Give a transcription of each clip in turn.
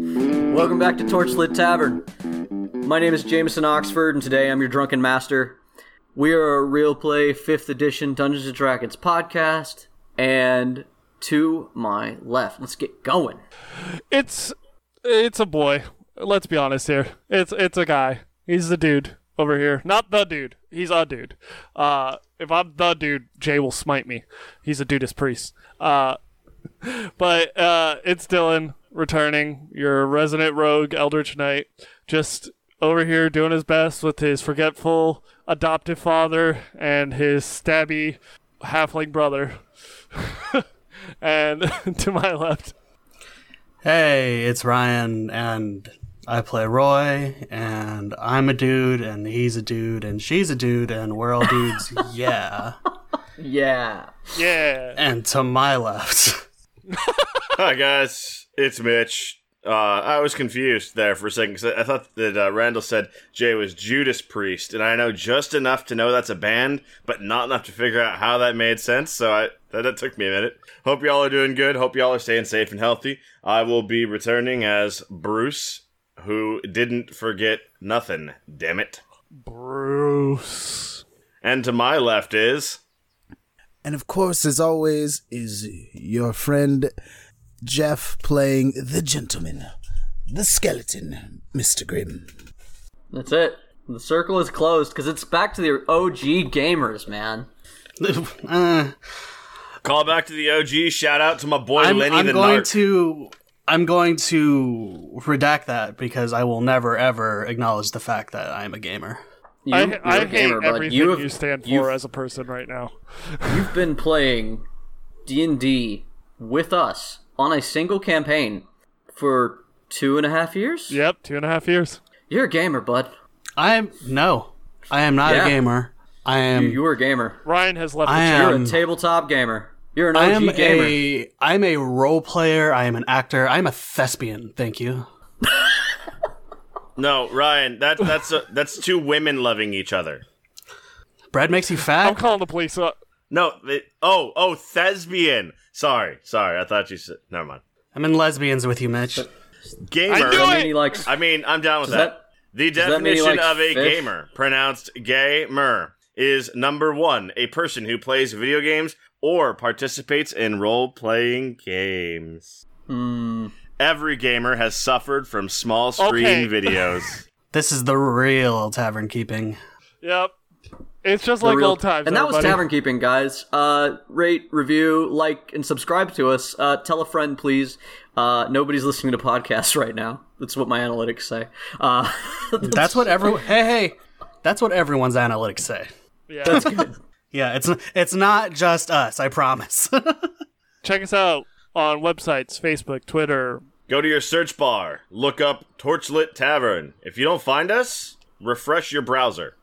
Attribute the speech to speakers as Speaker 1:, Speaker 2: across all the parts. Speaker 1: Welcome back to Torchlit Tavern. My name is Jameson Oxford, and today I'm your drunken master. We are a real play 5th edition Dungeons and Dragons podcast, and to my left, let's get going.
Speaker 2: It's it's a boy. Let's be honest here. It's it's a guy. He's the dude over here. Not the dude. He's a dude. Uh, if I'm the dude, Jay will smite me. He's a dudist priest. Uh, but uh, it's Dylan returning, your resident rogue Eldritch Knight, just over here doing his best with his forgetful adoptive father and his stabby halfling brother. and to my left,
Speaker 3: Hey, it's Ryan, and I play Roy, and I'm a dude, and he's a dude, and she's a dude, and we're all dudes, yeah.
Speaker 1: Yeah.
Speaker 2: yeah.
Speaker 3: And to my left,
Speaker 4: Hi guys, it's Mitch. Uh, I was confused there for a second 'cause I I thought that uh, Randall said Jay was Judas Priest, and I know just enough to know that's a band, but not enough to figure out how that made sense. So I that, that took me a minute. Hope y'all are doing good. Hope y'all are staying safe and healthy. I will be returning as Bruce, who didn't forget nothing. Damn it!
Speaker 2: Bruce.
Speaker 4: And to my left is
Speaker 5: And of course, as always, is your friend Jeff playing the gentleman, the skeleton, Mr. Grimm.
Speaker 1: That's it. The circle is closed because it's back to the OG gamers, man.
Speaker 3: uh,
Speaker 4: call back to the OG. Shout out to my boy
Speaker 3: I'm,
Speaker 4: Lenny
Speaker 3: I'm
Speaker 4: the
Speaker 3: going
Speaker 4: Narc.
Speaker 3: to I'm going to redact that because I will never ever acknowledge the fact that I'm a gamer.
Speaker 1: You,
Speaker 2: I,
Speaker 1: you're
Speaker 2: I
Speaker 1: a
Speaker 2: hate
Speaker 1: gamer, bud.
Speaker 2: everything
Speaker 1: you
Speaker 2: you,
Speaker 1: have,
Speaker 2: stand
Speaker 1: you've-
Speaker 2: for as a person right now.
Speaker 1: You've been playing D&D with us on a single campaign for two and a half years?
Speaker 2: Yep, two and a half years.
Speaker 1: You're a gamer, bud.
Speaker 3: I am no, I am not
Speaker 1: Yeah.
Speaker 3: a gamer. I am
Speaker 1: You were a gamer.
Speaker 2: Ryan has left.
Speaker 3: I
Speaker 2: the
Speaker 3: am
Speaker 1: You're a tabletop gamer. You're an OG
Speaker 3: Um, I am
Speaker 1: gamer.
Speaker 3: a I'm a role player. I am an actor. I am a thespian. Thank you.
Speaker 4: No, Ryan, that that's a, that's two women loving each other.
Speaker 3: Bread makes you
Speaker 2: I'm
Speaker 3: fat.
Speaker 2: calling the police. Uh,
Speaker 4: No, they, oh, oh, thespian. Sorry, sorry. I thought you said. Never mind.
Speaker 3: I'm in lesbians with you, Mitch.
Speaker 4: Gamer.
Speaker 2: I knew
Speaker 1: Does that
Speaker 2: it!
Speaker 1: mean he likes-
Speaker 4: I mean, I'm down with
Speaker 1: does
Speaker 4: that.
Speaker 1: that-
Speaker 4: The
Speaker 1: that mean he
Speaker 4: definition
Speaker 1: likes
Speaker 4: of
Speaker 1: fish?
Speaker 4: a gamer, pronounced gamer, is number one: a person who plays video games or participates in role-playing games.
Speaker 1: Hmm.
Speaker 4: Every gamer has suffered from small screen
Speaker 2: Okay.
Speaker 4: videos.
Speaker 3: This is the real tavern keeping.
Speaker 2: yep. It's just like
Speaker 1: real-
Speaker 2: old times.
Speaker 1: And that was
Speaker 2: everybody.
Speaker 1: Tavern Keeping, guys. Uh, rate, review, like, and subscribe to us. Uh, tell a friend, please. Uh, nobody's listening to podcasts right now. That's what my analytics say. Uh,
Speaker 3: That's what everyone. Hey, hey, that's what everyone's analytics say.
Speaker 2: Yeah.
Speaker 3: Yeah, it's it's not just us. I promise.
Speaker 2: Check us out on websites, Facebook, Twitter.
Speaker 4: Go to your search bar, look up Torchlit Tavern. If you don't find us, refresh your browser.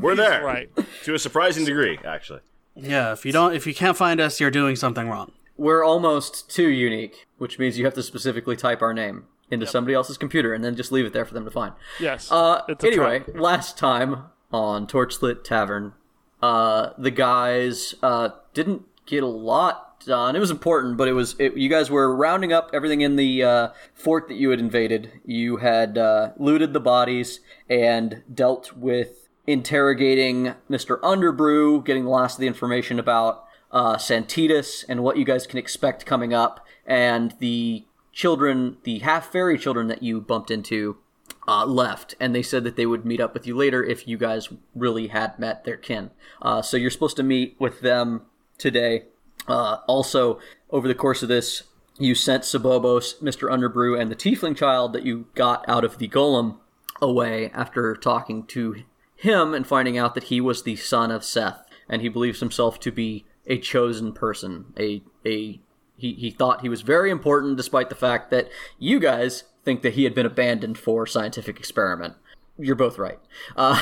Speaker 4: We're there.
Speaker 2: Right.
Speaker 4: To a surprising degree, actually.
Speaker 3: yeah, if you don't, if you can't find us, you're doing something wrong.
Speaker 1: We're almost too unique, which means you have to specifically type our name into somebody else's computer and then just leave it there for them to find.
Speaker 2: Yes.
Speaker 1: Uh,
Speaker 2: it's a
Speaker 1: anyway,
Speaker 2: trap.
Speaker 1: last time on Torchlit Tavern, uh, the guys uh, didn't get a lot done. It was important, but it was it, you guys were rounding up everything in the uh, fort that you had invaded. You had uh, looted the bodies and dealt with interrogating Mister Underbrew, getting the last of the information about uh, Santitas and what you guys can expect coming up, and the children, the half fairy children that you bumped into uh, left, and they said that they would meet up with you later if you guys really had met their kin. Uh, so you're supposed to meet with them today. Uh, also, over the course of this, you sent Sabobos, Mr. Underbrew, and the Tiefling child that you got out of the golem away after talking to him and finding out that he was the son of Seth, and he believes himself to be a chosen person, a a he, he thought he was very important despite the fact that you guys think that he had been abandoned for scientific experiment. You're both right. Uh,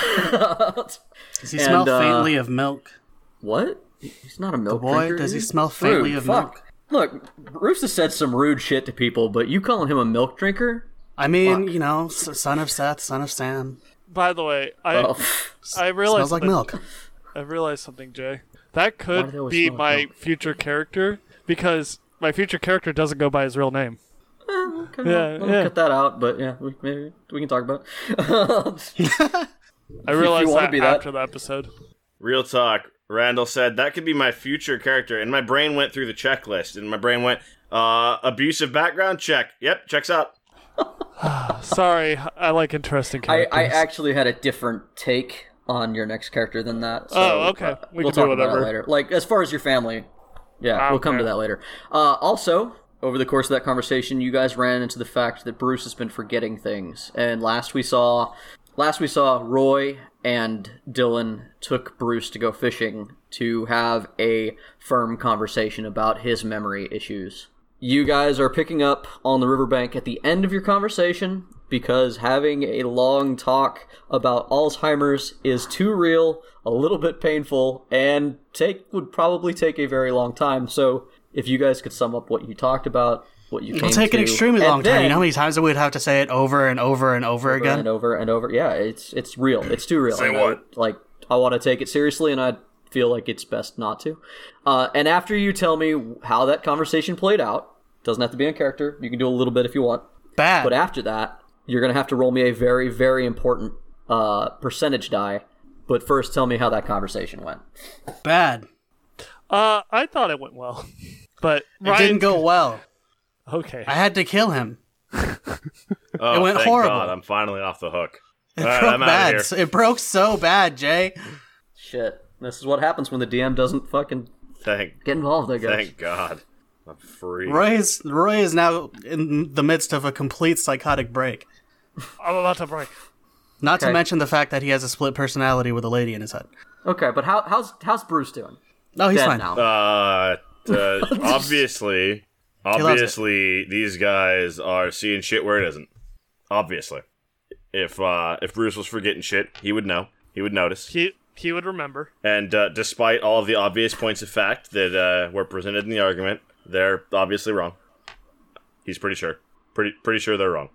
Speaker 3: Does he
Speaker 1: And,
Speaker 3: smell
Speaker 1: uh,
Speaker 3: faintly of milk?
Speaker 1: what? He's not a milk
Speaker 3: boy,
Speaker 1: drinker,
Speaker 3: does
Speaker 1: is
Speaker 3: he smell faintly
Speaker 1: Rude,
Speaker 3: of
Speaker 1: fuck. milk? Look, Bruce has said some rude shit to people, but you calling him a milk drinker?
Speaker 3: I mean, you know, s- son of Seth, son of Sam,
Speaker 2: By the way, I
Speaker 1: Oh,
Speaker 2: I
Speaker 3: smells
Speaker 2: realized
Speaker 3: like
Speaker 2: that-
Speaker 3: milk.
Speaker 2: I realized something, Jay. That
Speaker 1: do they
Speaker 2: could
Speaker 1: always
Speaker 2: be
Speaker 1: smell like
Speaker 2: my
Speaker 1: milk?
Speaker 2: future character because my future character doesn't go by his real name.
Speaker 1: eh, okay,
Speaker 2: Yeah,
Speaker 1: we'll, we'll
Speaker 2: yeah.
Speaker 1: cut that out, but yeah, we, maybe we can talk about it.
Speaker 2: I realized
Speaker 1: wanna
Speaker 2: that,
Speaker 1: be that-
Speaker 2: after the episode.
Speaker 4: Real talk. Randall said that could be my future character, and my brain went through the checklist, and my brain went, uh, abusive background check. Yep, checks out.
Speaker 2: Sorry, I like interesting
Speaker 1: I,
Speaker 2: characters.
Speaker 1: I actually had a different take on your next character than that. So,
Speaker 2: Oh, okay.
Speaker 1: uh,
Speaker 2: We
Speaker 1: we'll
Speaker 2: can do
Speaker 1: talk about
Speaker 2: whatever. Oh,
Speaker 1: that later. Like as far as your family, yeah, we'll come to
Speaker 2: Okay.
Speaker 1: that later. Uh, also, over the course of that conversation, you guys ran into the fact that Bruce has been forgetting things, and last we saw, last we saw Roy and Dylan took Bruce to go fishing to have a firm conversation about his memory issues. You guys are picking up on the riverbank at the end of your conversation because having a long talk about Alzheimer's is too real, a little bit painful, and take would probably take a very long time. So if you guys could sum up what you talked about, what you
Speaker 3: It'll
Speaker 1: came
Speaker 3: take an
Speaker 1: to,
Speaker 3: extremely
Speaker 1: and
Speaker 3: long time. You know
Speaker 1: then-
Speaker 3: how many times we'd have to say it over and over and over
Speaker 1: and
Speaker 3: again?
Speaker 1: over and over. Yeah, it's it's real. It's too real. And I- like I want to take it seriously, and I feel like it's best not to. Uh, and after you tell me how that conversation played out, doesn't have to be in character. You can do a little bit if you want.
Speaker 3: Bad.
Speaker 1: But after that, you're gonna have to roll me a very very important uh, percentage die. But first, tell me how that conversation went.
Speaker 3: Bad.
Speaker 2: uh, I thought it went well, but
Speaker 3: It
Speaker 2: Ryan
Speaker 3: didn't go well.
Speaker 2: Okay.
Speaker 3: I had to kill him.
Speaker 4: Oh,
Speaker 3: It went
Speaker 4: thank
Speaker 3: horrible.
Speaker 4: God, I'm finally off the hook.
Speaker 3: It
Speaker 4: All right,
Speaker 3: broke
Speaker 4: I'm outta
Speaker 3: bad.
Speaker 4: here. Mm-hmm.
Speaker 3: So- It broke so bad, Jay.
Speaker 1: Shit, this is what happens when the DM doesn't fucking
Speaker 4: Thank,
Speaker 1: get involved. I guess.
Speaker 4: thank God, I'm free.
Speaker 3: Roy is Roy is now in the midst of a complete psychotic break.
Speaker 2: I'm about to break.
Speaker 3: Not
Speaker 1: Okay.
Speaker 3: to mention the fact that he has a split personality with a lady in his head.
Speaker 1: Okay, but how, how's how's Bruce doing?
Speaker 3: No, he's
Speaker 1: Dead
Speaker 3: fine.
Speaker 1: now.
Speaker 4: Uh, uh, obviously,
Speaker 3: loves it.
Speaker 4: obviously, these guys are seeing shit where it isn't. Obviously, if uh, if Bruce was forgetting shit, he would know. He would notice.
Speaker 2: He he would remember.
Speaker 4: And uh, despite all of the obvious points of fact that uh, were presented in the argument, they're obviously wrong. He's pretty sure. Pretty pretty sure they're wrong.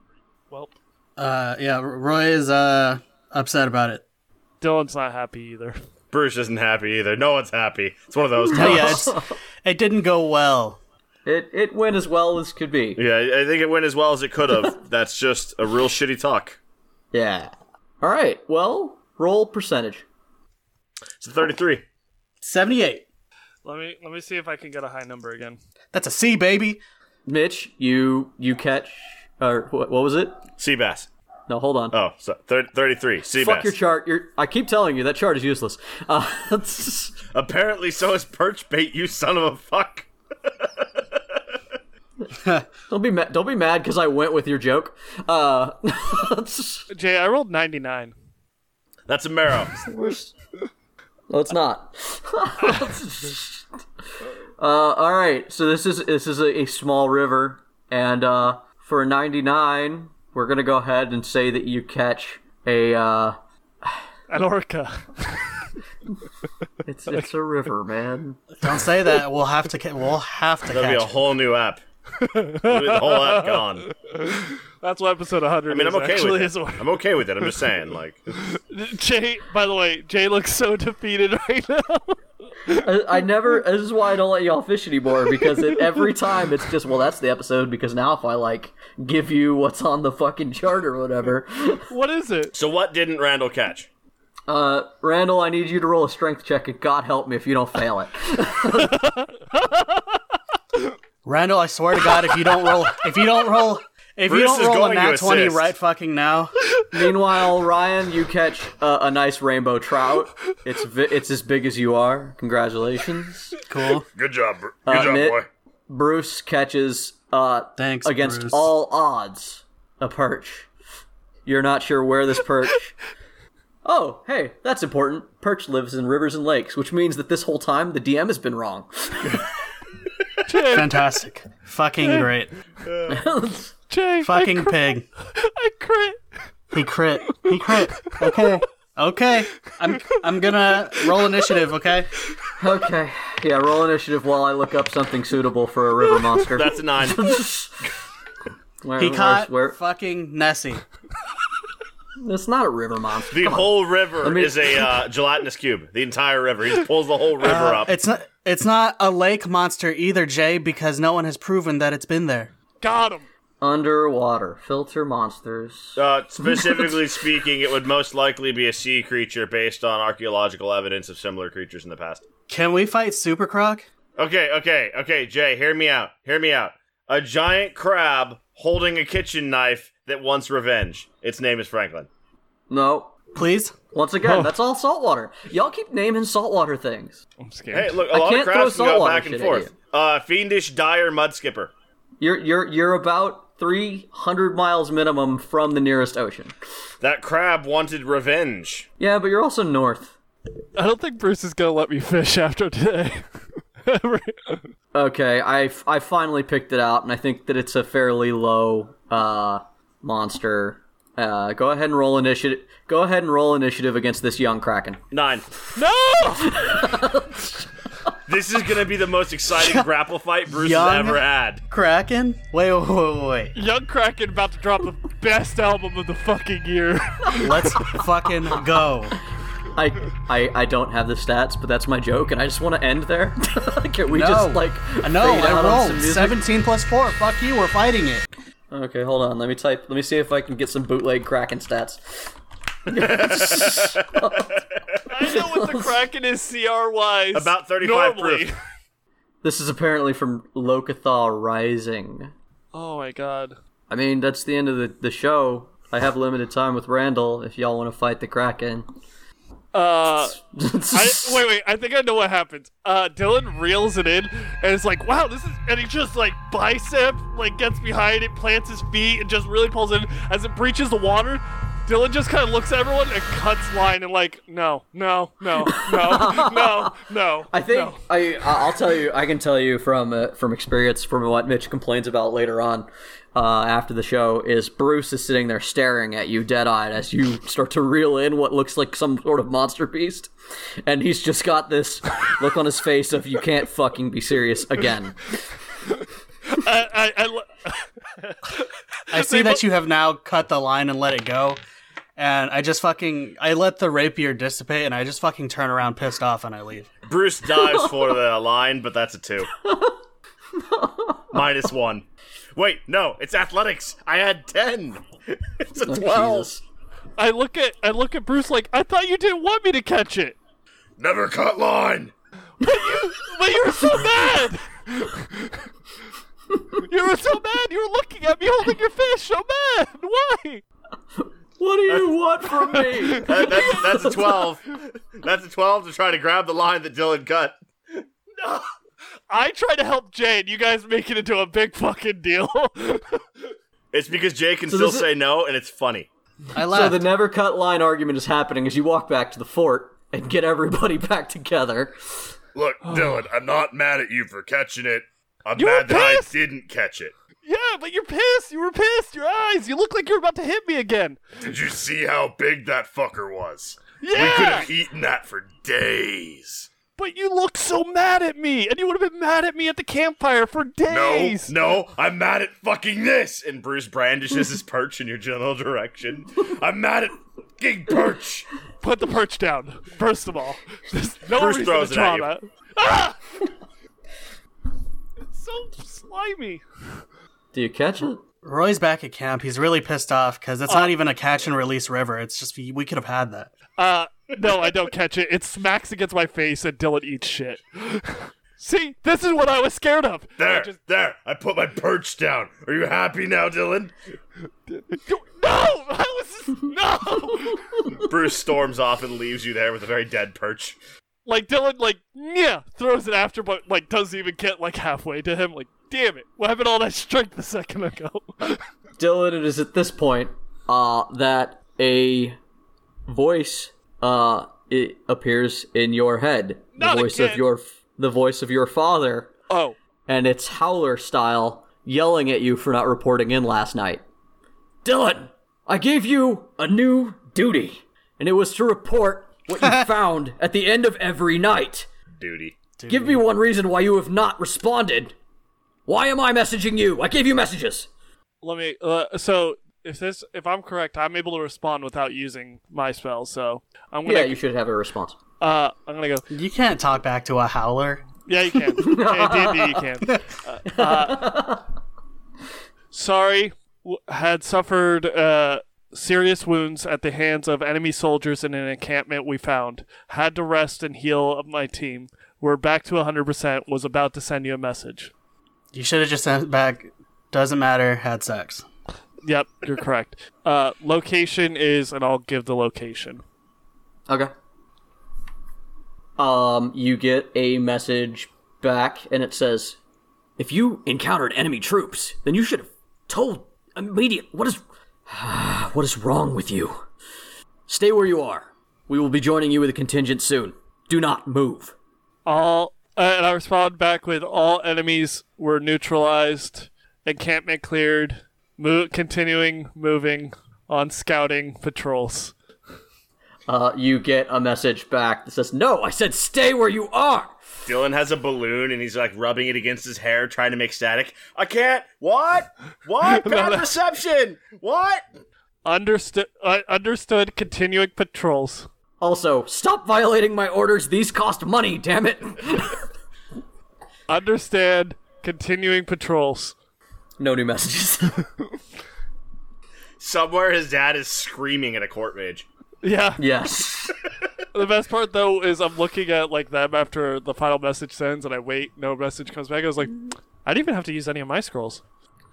Speaker 2: Well,
Speaker 3: Uh, yeah, Roy is uh, upset about it.
Speaker 2: Dylan's not happy either.
Speaker 4: Bruce isn't happy either. No one's happy. It's one of those.
Speaker 3: Oh, yeah, it's, it didn't go well.
Speaker 1: It it went as well as could be.
Speaker 4: Yeah, I I think it went as well as it could have. That's just a real shitty talk.
Speaker 1: Yeah. All right. Well, roll percentage.
Speaker 4: It's a 33.
Speaker 3: 78.
Speaker 2: Let me let me see if I can get a high number again.
Speaker 3: That's a C, baby.
Speaker 1: Mitch, you you catch or what, what was it?
Speaker 4: Seabass.
Speaker 1: No, hold on.
Speaker 4: Oh, so thir- 33. Seabass.
Speaker 1: Fuck your chart. Your I keep telling you that chart is useless. Uh, it's-
Speaker 4: Apparently, so is perch bait. You son of a fuck.
Speaker 1: don't be ma- don't be mad because I went with your joke. Uh, it's-
Speaker 2: Jay, I rolled 99.
Speaker 4: That's a marrow.
Speaker 1: no, it's not. uh, all right. So this is this is a, a small river, and uh, for ninety nine, we're gonna go ahead and say that you catch a. Uh,
Speaker 2: An orca.
Speaker 1: It's it's a river, man.
Speaker 3: Don't say that. We'll have to. Ca- we'll have to
Speaker 4: That'll be
Speaker 3: catch.
Speaker 4: a whole new app. That'll be the whole app gone.
Speaker 2: That's what episode 100
Speaker 4: I mean,
Speaker 2: is
Speaker 4: I'm okay
Speaker 2: actually
Speaker 4: with
Speaker 2: is
Speaker 4: it.
Speaker 2: orca.
Speaker 4: I'm okay with it. I'm just saying, like,
Speaker 2: Jay, by the way, Jay looks so defeated right now.
Speaker 1: I, I never. This is why I don't let y'all fish anymore because it, every time it's just well, that's the episode. Because now if I like give you what's on the fucking chart or whatever,
Speaker 2: What is it?
Speaker 4: so what didn't Randall catch?
Speaker 1: uh, Randall, I need you to roll a strength check, and God help me if you don't fail it.
Speaker 3: Randall, I swear to God, if you don't roll, if you don't roll, if
Speaker 4: Bruce
Speaker 3: you don't
Speaker 4: is
Speaker 3: roll a
Speaker 4: going to
Speaker 3: nat twenty
Speaker 4: assist.
Speaker 3: right fucking now,
Speaker 1: Meanwhile, Ryan, you catch uh, a nice rainbow trout. It's vi- it's as big as you are. Congratulations.
Speaker 3: cool.
Speaker 4: Good job, bro.
Speaker 1: Uh, Mitt, Bruce catches uh,
Speaker 3: Thanks.
Speaker 1: against
Speaker 3: Bruce.
Speaker 1: all odds a perch. You're not sure where this perch. oh, hey, that's important. Perch lives in rivers and lakes, which means that this whole time the DM has been wrong.
Speaker 3: Fantastic. fucking great.
Speaker 2: Jay,
Speaker 3: Fucking pig.
Speaker 2: I crit.
Speaker 3: He crit. He crit. Okay. Okay. I'm I'm gonna roll initiative, okay?
Speaker 1: okay, yeah, roll initiative while I look up something suitable for a river monster.
Speaker 4: That's a nine.
Speaker 1: Where-
Speaker 3: He
Speaker 1: where's-
Speaker 3: caught
Speaker 1: where-
Speaker 3: fucking Nessie.
Speaker 1: It's not a river monster.
Speaker 4: The whole river
Speaker 1: me-
Speaker 4: is a uh, gelatinous cube. The entire river. He just pulls the whole river
Speaker 1: Uh,
Speaker 4: up.
Speaker 3: It's not it's not a lake monster either, Jay, because no one has proven that it's been there.
Speaker 2: Got him.
Speaker 1: Underwater. Filter monsters.
Speaker 4: Uh, specifically speaking, it would most likely be a sea creature based on archaeological evidence of similar creatures in the past.
Speaker 3: Can we fight Super Croc?
Speaker 4: Okay, okay, okay, Jay, hear me out. Hear me out. A giant crab holding a kitchen knife that wants revenge. Its name is Franklin.
Speaker 1: No.
Speaker 3: Please?
Speaker 1: Once
Speaker 3: Oh.
Speaker 1: again, that's all saltwater. Y'all keep naming saltwater things.
Speaker 2: I'm scared.
Speaker 4: Hey, look, a
Speaker 1: I
Speaker 4: lot of
Speaker 1: can't throw
Speaker 4: crabs can go
Speaker 1: saltwater
Speaker 4: back and
Speaker 1: shit at
Speaker 4: forth.
Speaker 1: you.
Speaker 4: Uh, fiendish dire mudskipper.
Speaker 1: You're you're you're about 300 miles minimum from the nearest ocean.
Speaker 4: That crab wanted revenge.
Speaker 1: Yeah, but you're also north.
Speaker 2: I don't think Bruce is gonna let me fish after today.
Speaker 1: Okay, I, f- I finally picked it out, and I think that it's a fairly low uh, monster. Uh, go ahead and roll initiative. Go ahead and roll initiative against this young kraken.
Speaker 4: Nine.
Speaker 2: no!
Speaker 4: This is gonna be the most exciting grapple fight Bruce has
Speaker 3: Young.
Speaker 4: ever had.
Speaker 3: Kraken? Wait, wait, wait,
Speaker 2: Young Kraken about to drop the best album of the fucking year.
Speaker 3: wait. Let's fucking go.
Speaker 1: I, I I don't have the stats, but that's my joke, and I just want to end there. Can we
Speaker 3: No.
Speaker 1: just like
Speaker 3: no,
Speaker 1: fade out on
Speaker 3: I
Speaker 1: some
Speaker 3: rolled
Speaker 1: music?
Speaker 3: 17 plus 4. Fuck you, we're fighting it.
Speaker 1: Okay, hold on. Let me type. Let me see if I can get some bootleg kraken stats.
Speaker 2: I know what the Kraken is CR wise.
Speaker 4: About 35
Speaker 2: normally.
Speaker 4: proof.
Speaker 1: This is apparently from Locathal Rising.
Speaker 2: Oh my god.
Speaker 1: I mean, that's the end of the, the show. I have limited time with Randall if y'all want to fight the Kraken.
Speaker 2: Uh, I, wait, wait. I think I know what happens. Uh, Dylan reels it in, and it's like, "Wow, this is," and he just like bicep, like gets behind it, plants his feet, and just really pulls in as it breaches the water. Dylan just kind of looks at everyone and cuts line and like, "No, no, no, no, no, no."
Speaker 1: I think
Speaker 2: no."
Speaker 1: I I- I'll tell you I can tell you from uh, from experience from what Mitch complains about later on uh, after the show is Bruce is sitting there staring at you dead eyed as you start to reel in what looks like some sort of monster beast, and he's just got this look on his face of you can't fucking be serious again.
Speaker 2: I, I, I lo-
Speaker 3: I see that you have now cut the line and let it go. And I just fucking I let the rapier dissipate and I just fucking turn around pissed off and I leave.
Speaker 4: Bruce dives for the line, but that's a two. Minus one. Wait, no, it's athletics. I had ten. It's a twelve.
Speaker 1: Oh, Jesus.
Speaker 2: I look at I look at Bruce like, "I thought you didn't want me to catch it,
Speaker 4: Never cut line.
Speaker 2: but you were so mad." You were so mad. You were looking at me holding your fish, so mad. Why?
Speaker 1: What do you want from me?
Speaker 4: That- that's, that's a twelve. That's a twelve to try to grab the line that Dylan cut.
Speaker 2: I try to help Jay, and you guys make it into a big fucking deal.
Speaker 4: It's because Jay can still
Speaker 1: this is-
Speaker 4: say no, and it's funny.
Speaker 3: I
Speaker 1: So
Speaker 3: left.
Speaker 1: the never cut line argument is happening as you walk back to the fort and get everybody back together.
Speaker 4: Look,
Speaker 2: Oh.
Speaker 4: Dylan, I'm not mad at you for catching it. I'm
Speaker 2: You were mad that I pissed.
Speaker 4: didn't catch it.
Speaker 2: yeah, but you're pissed. You were pissed. Your eyes. You look like you're about to hit me again.
Speaker 4: Did you see how big that fucker was?
Speaker 2: Yeah,
Speaker 4: eaten that for days.
Speaker 2: but you look so mad at me, and you would have been mad at me at the campfire for days.
Speaker 4: No, no, I'm mad at fucking this. And Bruce brandishes his perch in your general direction. I'm mad at fucking perch.
Speaker 2: Put the perch down. First of all, there's no
Speaker 4: Bruce
Speaker 2: reason
Speaker 4: throws
Speaker 2: to
Speaker 4: it at you.
Speaker 2: trauma. Ah! It's so slimy.
Speaker 1: Do you catch it?
Speaker 3: Roy's back at camp. He's really pissed off because it's not even a catch and release river. It's just we could have had that.
Speaker 2: Uh, no, I don't catch it. It smacks against my face, and Dylan eats shit. See, this is what I was scared of. I
Speaker 4: There,
Speaker 2: just-
Speaker 4: there. I put my perch down. Are you happy now, Dylan?
Speaker 2: You- No! I was just, no!
Speaker 4: Bruce storms off and leaves you there with a very dead perch.
Speaker 2: like Dylan, like yeah, throws it after, but like doesn't even get like halfway to him. Like, damn it! What happened to all that strength a second ago?
Speaker 1: Dylan, it is at this point uh, that a voice uh, it appears in your head. The
Speaker 2: Not
Speaker 1: voice of
Speaker 2: again.
Speaker 1: your f- the voice of your father,
Speaker 2: oh,
Speaker 1: and it's howler style, yelling at you for not reporting in last night. Dylan, I gave you a new duty, and it was to report what you found at the end of every night.
Speaker 4: Duty.
Speaker 1: Give me one reason why you have not responded. Why am I messaging you? I gave you messages.
Speaker 2: let me. Uh, so if this, if I'm correct, I'm able to respond without using my spell. So I'm gonna.
Speaker 1: Yeah, you should have a response.
Speaker 2: uh, I'm gonna go.
Speaker 3: You can't talk back to a howler.
Speaker 2: Yeah, you can. Yeah, D&D, you can. Uh, uh, sorry, w- had suffered uh, serious wounds at the hands of enemy soldiers in an encampment we found. Had to rest and heal up my team. We're back to 100%. Was about to send you a message.
Speaker 3: You should have just sent it back. Doesn't matter. Had sex.
Speaker 2: Yep, you're correct. Uh, location is, and I'll give the location.
Speaker 1: Okay. Um, you get a message back, and it says, "If you encountered enemy troops, then you should have told immediate. What is, what is wrong with you? Stay where you are. We will be joining you with a contingent soon. Do not move."
Speaker 2: All uh, and I respond back with all enemies were neutralized, encampment cleared, mo- continuing moving on scouting patrols.
Speaker 1: Uh, you get a message back that says, "No, I said stay where you are."
Speaker 4: Dylan has a balloon and he's like rubbing it against his hair, trying to make static. I can't. What? What? Bad reception. What?
Speaker 2: Understood. Uh, understood. Continuing patrols.
Speaker 1: Also, stop violating my orders. These cost money. Damn it.
Speaker 2: Understand. Continuing patrols.
Speaker 1: no new messages.
Speaker 4: Somewhere his dad is screaming at a court mage.
Speaker 2: Yeah.
Speaker 1: yes.
Speaker 2: The best part though is I'm looking at like them after the final message sends, and I wait. No message comes back. I was like, I didn't even have to use any of my scrolls.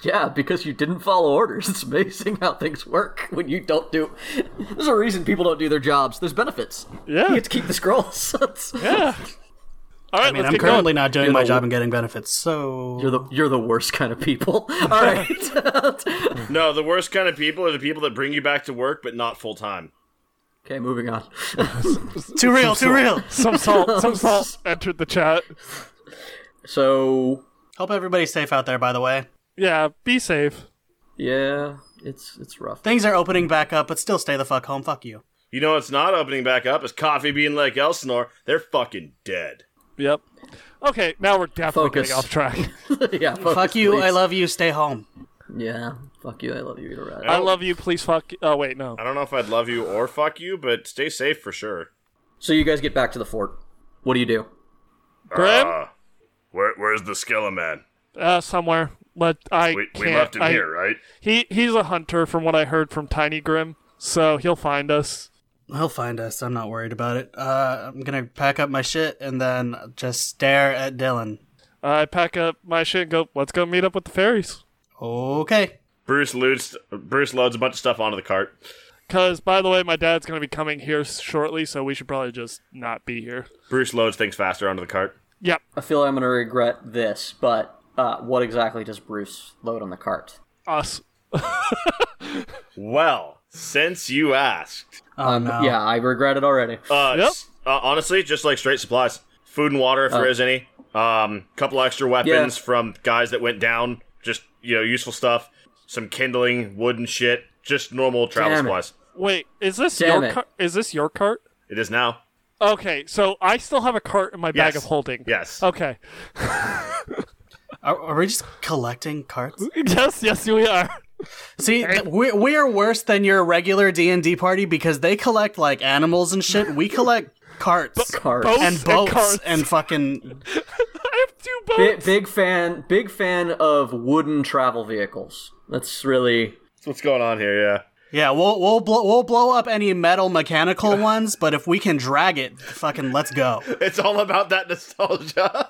Speaker 1: Yeah, because you didn't follow orders. It's amazing how things work when you don't do. There's a reason people don't do their jobs. There's benefits.
Speaker 2: Yeah.
Speaker 1: You get to keep the scrolls. It's-
Speaker 2: Yeah. All right,
Speaker 3: I mean,
Speaker 2: let's
Speaker 3: I'm
Speaker 2: get
Speaker 3: currently
Speaker 2: going.
Speaker 3: not doing my
Speaker 1: the-
Speaker 3: job and getting benefits, so
Speaker 1: You're the you're the worst kind of people. All right.
Speaker 4: No, the worst kind of people are the people that bring you back to work, but not full time.
Speaker 1: okay, moving on.
Speaker 3: too real, too real.
Speaker 2: Some salt, some salt entered the chat.
Speaker 1: So
Speaker 3: Hope everybody's safe out there. By the way,
Speaker 2: Yeah, be safe.
Speaker 1: yeah, it's it's rough.
Speaker 3: things are opening back up, but still stay the fuck home. Fuck you.
Speaker 4: You know what's not opening back up is Coffee Bean Lake Elsinore. They're fucking dead.
Speaker 2: Yep. Okay, now we're definitely
Speaker 1: Focus.
Speaker 2: getting off track.
Speaker 1: yeah. Focus,
Speaker 3: Fuck you. I
Speaker 1: please.
Speaker 3: love you. Stay home.
Speaker 1: Yeah. Fuck you. I love you. You're right.
Speaker 2: I love you. Please fuck. Oh wait, no.
Speaker 4: I don't know if I'd love you or fuck you, but stay safe for sure.
Speaker 1: So you guys get back to the fort. What do you do?
Speaker 2: Grim,
Speaker 4: Uh, where, where's the Skeleman?
Speaker 2: uh, somewhere. Let I can't. I-
Speaker 4: right?
Speaker 2: He he's a hunter, from what I heard from Tiny Grim. So he'll find us.
Speaker 3: He'll find us. I'm not worried about it. Uh, I'm gonna pack up my shit and then just stare at Dylan.
Speaker 2: I pack up my shit and go. Let's go meet up with the fairies.
Speaker 3: Okay.
Speaker 4: Bruce loads Bruce loads a bunch of stuff onto the cart.
Speaker 2: Cause by the way, my dad's gonna be coming here shortly, so we should probably just not be here.
Speaker 4: Bruce loads things faster onto the cart.
Speaker 2: Yep.
Speaker 1: I feel I'm gonna regret this, but uh, what exactly does Bruce load on the cart?
Speaker 2: Us.
Speaker 4: Well, since you asked,
Speaker 3: Oh no.
Speaker 1: Um, Yeah, I regret it already.
Speaker 4: uh,
Speaker 2: Yep.
Speaker 4: s- uh, honestly, just like straight supplies, food and water if there is any. Um, couple extra weapons from guys that went down. Just you know, useful stuff. Some kindling, wood and shit. Just normal travel
Speaker 1: Damn it.
Speaker 4: supplies.
Speaker 2: Wait, is this
Speaker 1: Damn
Speaker 2: your
Speaker 1: it.
Speaker 2: cart? Is this your cart?
Speaker 4: It is now.
Speaker 2: Okay, so I still have a cart in my bag
Speaker 4: Yes.
Speaker 2: of holding.
Speaker 4: Yes.
Speaker 2: Okay.
Speaker 3: Are, are we just collecting carts?
Speaker 2: Yes, yes, we are.
Speaker 3: See, th- we we are worse than your regular D and D party because they collect like animals and shit. We collect carts
Speaker 1: Cart.
Speaker 2: Both
Speaker 3: and boats
Speaker 2: carts.
Speaker 3: and fucking.
Speaker 2: I have two
Speaker 1: Bi-
Speaker 2: boats.
Speaker 1: big fan, big fan of wooden travel vehicles. That's really
Speaker 4: That's what's going on here? Yeah.
Speaker 3: Yeah, we'll we'll blow we'll blow up any metal mechanical ones, but if we can drag it, fucking let's go.
Speaker 4: It's all about that nostalgia.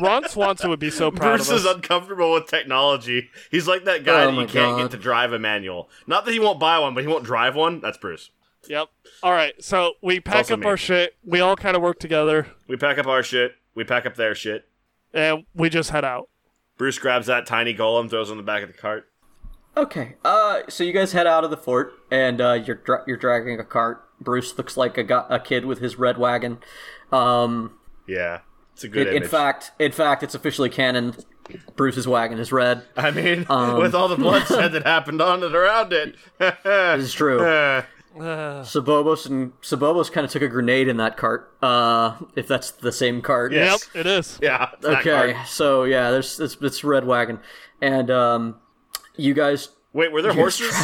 Speaker 2: Ron Swanson would be so proud
Speaker 4: Bruce
Speaker 2: of us.
Speaker 4: is uncomfortable with technology. He's like that guy
Speaker 1: Oh
Speaker 4: that
Speaker 1: my
Speaker 4: you can't
Speaker 1: God.
Speaker 4: get to drive a manual. Not that he won't buy one, but he won't drive one. That's Bruce.
Speaker 2: yep. All right, so we pack
Speaker 4: Also
Speaker 2: up
Speaker 4: me.
Speaker 2: our shit. We all kind of work together,
Speaker 4: We pack up our shit. We pack up their shit.
Speaker 2: and we just head out.
Speaker 4: Bruce grabs that tiny golem, throws it on the back of the cart.
Speaker 1: okay. Uh, so you guys head out of the fort, and uh, you're dra- you're dragging a cart. Bruce looks like a, go- a kid with his red wagon. Um,
Speaker 4: Yeah, it's a good
Speaker 1: in-
Speaker 4: image.
Speaker 1: in fact, in fact, it's officially canon. Bruce's wagon is red.
Speaker 4: I mean,
Speaker 1: um,
Speaker 4: with all the bloodshed that happened on and around it.
Speaker 1: This is true.
Speaker 2: Uh,
Speaker 1: Sabobos and Sabobos kind of took a grenade in that cart. Uh, if that's the same cart.
Speaker 2: yep,
Speaker 4: Yes.
Speaker 2: it is.
Speaker 4: yeah. it's that
Speaker 1: Okay.
Speaker 4: cart.
Speaker 1: So yeah, there's it's, it's red wagon, and um, you guys
Speaker 4: Wait, were there horses?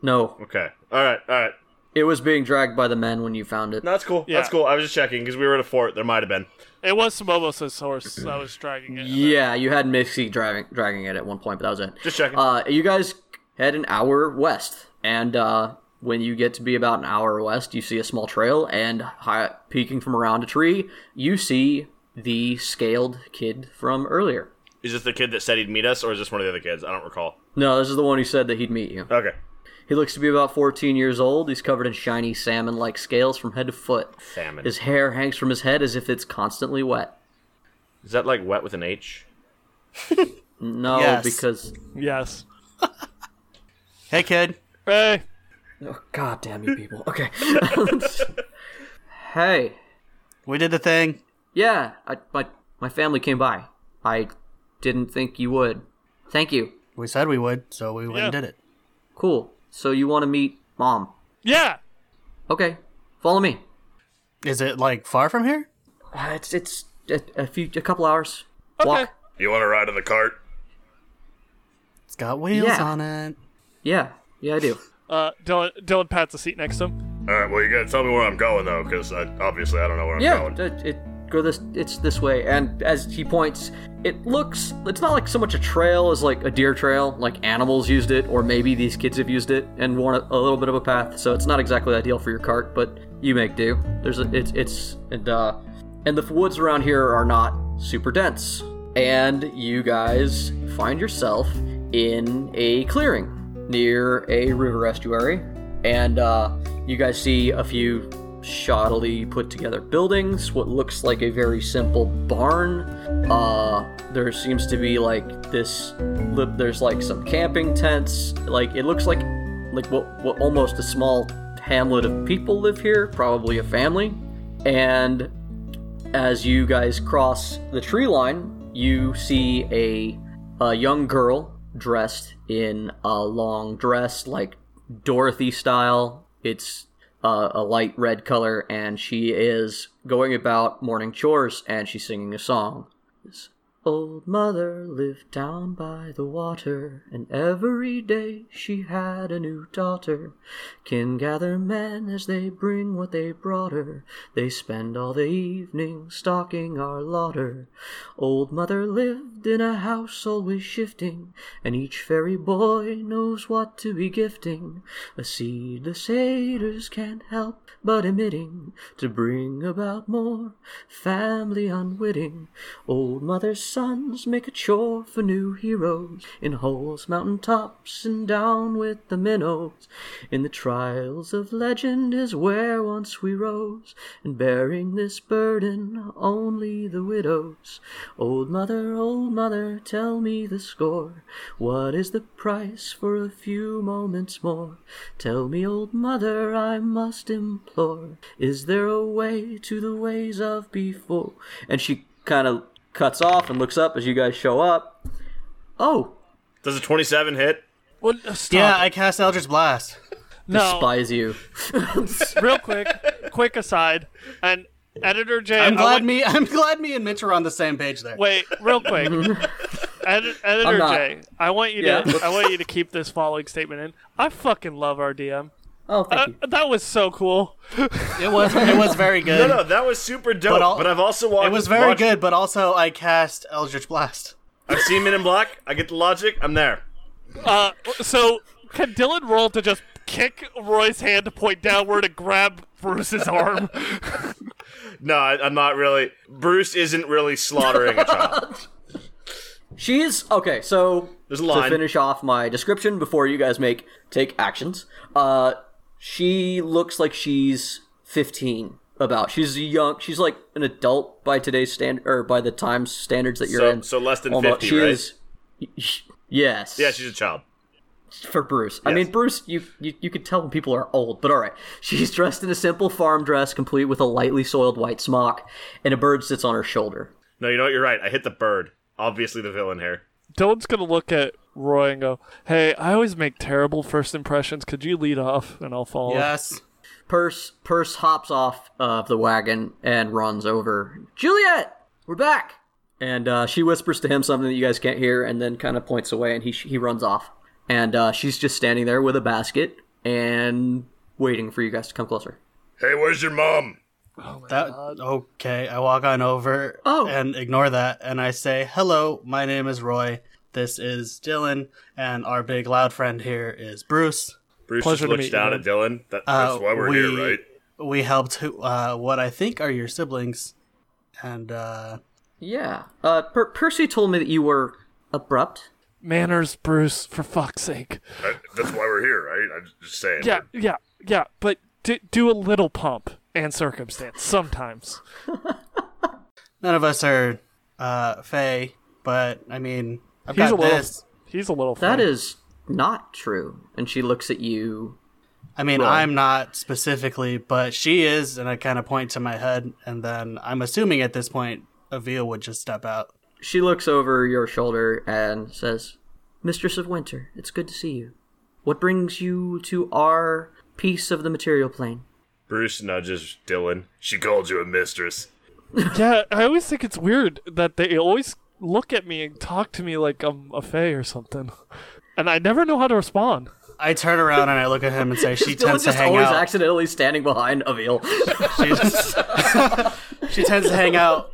Speaker 1: no
Speaker 4: Okay. All right. All right.
Speaker 1: It was being dragged by the men when you found it.
Speaker 4: No, that's cool.
Speaker 2: Yeah.
Speaker 4: That's cool. I was just checking because we were at a fort. There might have been.
Speaker 2: It was Samobos' horse that was dragging it.
Speaker 1: Yeah, you had Mixie driving dragging it at one point, but that was it.
Speaker 4: Just checking.
Speaker 1: Uh, you guys head an hour west, and uh, when you get to be about an hour west, you see a small trail, and high, peeking from around a tree, you see the scaled kid from earlier.
Speaker 4: Is this the kid that said he'd meet us, or is this one of the other kids? I don't recall.
Speaker 1: No, this is the one who said that he'd meet you.
Speaker 4: Okay.
Speaker 1: He looks to be about 14 years old. He's covered in shiny salmon like scales from head to foot.
Speaker 4: Salmon.
Speaker 1: His
Speaker 4: Is,
Speaker 1: hair hangs from his head as if it's constantly wet.
Speaker 4: that like wet with an H?
Speaker 1: No,
Speaker 3: Yes.
Speaker 1: because.
Speaker 2: Yes.
Speaker 3: Hey, kid.
Speaker 2: Hey.
Speaker 1: Oh, God damn you people. Okay. hey.
Speaker 3: We did the thing.
Speaker 1: Yeah, I, my, my family came by. I didn't think you would. Thank you.
Speaker 3: We said we would, so we went and
Speaker 2: Yeah.
Speaker 3: did it.
Speaker 1: Cool. So you want to meet mom?
Speaker 2: Yeah.
Speaker 1: Okay. Follow me.
Speaker 3: Is it like far from here?
Speaker 1: Uh, it's it's a, a few a couple hours.
Speaker 2: Okay.
Speaker 1: Walk.
Speaker 4: You want to ride in the cart?
Speaker 3: It's got wheels
Speaker 1: Yeah.
Speaker 3: on it.
Speaker 1: Yeah. Yeah, I do.
Speaker 2: Uh, Dylan, Dylan pats a seat next to him.
Speaker 4: All right. Well, you gotta tell me where I'm going though, because I, obviously I don't know where I'm
Speaker 1: Yeah, it, it go this. It's this way, and as he points, it looks. It's not like so much a trail as like a deer trail, like animals used it, or maybe these kids have used it and worn a, a little bit of a path. So it's not exactly ideal for your cart, but you make do. There's a, it's it's and uh, and the woods around here are not super dense, and you guys find yourself in a clearing near a river estuary, and uh, you guys see a few shoddily put together buildings, what looks like a very simple barn. Uh, there seems to be like this. li- There's like some camping tents. Like it looks like like what, what almost a small hamlet of people live here, probably a family. And as you guys cross the tree line, you see a a young girl dressed in a long dress, like Dorothy style. It's uh, a light red color, and she is going about morning chores, and she's singing a song. This old mother lived down by the water, and every day she had a new daughter. Can gather men as they bring what they brought her. They spend all the evening stocking our larder. Old mother lived in a house always shifting, and each fairy boy knows what to be gifting. A seed the satyrs can't help but emitting to bring about more family unwitting. Old mother's sons make a chore for new heroes in holes, mountain tops, and down with the minnows. In the trials of legend is where once we rose, and bearing this burden only the widows. Old mother, old mother, tell me the score. What is the price for a few moments more? Tell me, old mother, I must implore. Is there a way to the ways of before? And she kind of cuts off and looks up as you guys show up. Oh,
Speaker 4: Does a 27 hit?
Speaker 2: Well, uh, stop.
Speaker 3: Yeah, I cast Eldritch Blast.
Speaker 2: no.
Speaker 1: despise you.
Speaker 2: Real quick, quick aside, and editor Jay.
Speaker 3: I'm
Speaker 2: I
Speaker 3: glad
Speaker 2: want-
Speaker 3: me. I'm glad me and Mitch are on the same page there.
Speaker 2: Wait, real quick. Edi- editor
Speaker 1: I'm not.
Speaker 2: Jay, I want you
Speaker 1: Yeah,
Speaker 2: to I want you to keep this following statement in. I fucking love our DM.
Speaker 1: Oh, thank
Speaker 2: Uh,
Speaker 1: you.
Speaker 2: that was so cool.
Speaker 3: It was. It was very good.
Speaker 4: No, no, that was super dope. But,
Speaker 3: But I'll-
Speaker 4: I've also watched.
Speaker 3: It was very
Speaker 4: watched-
Speaker 3: good, but also I cast Eldritch Blast.
Speaker 4: I've seen Men in Black. I get the logic. I'm there.
Speaker 2: Uh, so can Dylan roll to just kick Roy's hand to point downward and grab Bruce's arm?
Speaker 4: No, I, I'm not really. Bruce isn't really slaughtering a child.
Speaker 1: She is okay. So
Speaker 4: There's a
Speaker 1: to
Speaker 4: line.
Speaker 1: finish off my description before you guys make take actions, uh, she looks like she's 15. About she's a young. She's like an adult by today's standard or by the time standards that you're
Speaker 4: So-
Speaker 1: in.
Speaker 4: so less than 50,
Speaker 1: She
Speaker 4: right?
Speaker 1: is. Yes.
Speaker 4: Yeah, she's a child.
Speaker 1: for Bruce. I mean, Bruce, you, you you could tell when people are old, but all right. She's dressed in a simple farm dress, complete with a lightly soiled white smock, and a bird sits on her shoulder.
Speaker 4: No, you know what? You're right. I hit the bird. Obviously, the villain here.
Speaker 2: Dylan's gonna look at Roy and go, "Hey, I always make terrible first impressions. Could you lead off and I'll follow?"
Speaker 3: Yes.
Speaker 1: Purse Purse hops off of the wagon and runs over. Juliet, we're back. And uh, she whispers to him something that you guys can't hear, and then kind of points away, and he he runs off. And uh, she's just standing there with a basket and waiting for you guys to come closer.
Speaker 4: Hey, where's your mom?
Speaker 3: That okay? I walk on over
Speaker 1: Oh.
Speaker 3: and ignore that, and I say, "Hello, my name is Roy. This is Dylan, and our big loud friend here is Bruce.
Speaker 4: Bruce
Speaker 2: Pleasure to
Speaker 4: just looks
Speaker 2: meet you,
Speaker 4: down
Speaker 2: man.
Speaker 4: at Dylan. That,
Speaker 3: Uh,
Speaker 4: that's why we're
Speaker 3: we,
Speaker 4: here, right?
Speaker 3: We helped uh, what I think are your siblings, and uh,
Speaker 1: Yeah. Uh, per- Percy told me that you were abrupt.
Speaker 2: Manners, Bruce, for fuck's sake.
Speaker 4: I, that's why we're here, right? I'm just saying.
Speaker 2: Yeah, yeah, yeah, but d- do a little pump and circumstance sometimes.
Speaker 3: none of us are uh, Faye, but I mean, I've
Speaker 2: He's a
Speaker 3: got
Speaker 2: little.
Speaker 3: this.
Speaker 2: He's a little.
Speaker 1: That
Speaker 2: fun.
Speaker 1: is not true. And she looks at you.
Speaker 3: I mean, I'm not specifically, but she is, and I kind of point to my head, and then I'm assuming at this point, Avil would just step out.
Speaker 1: She looks over your shoulder and says, Mistress of Winter, it's good to see you. What brings you to our piece of the material plane?
Speaker 4: Bruce nudges Dylan. She called you a mistress.
Speaker 2: Yeah, I always think it's weird that they always look at me and talk to me like I'm a fae or something, and I never know how to respond.
Speaker 3: I turn around and I look at him and say, "She
Speaker 1: Dylan's
Speaker 3: tends to
Speaker 1: just
Speaker 3: hang
Speaker 1: always
Speaker 3: out.
Speaker 1: accidentally standing behind Avil.
Speaker 3: She just- she tends to hang out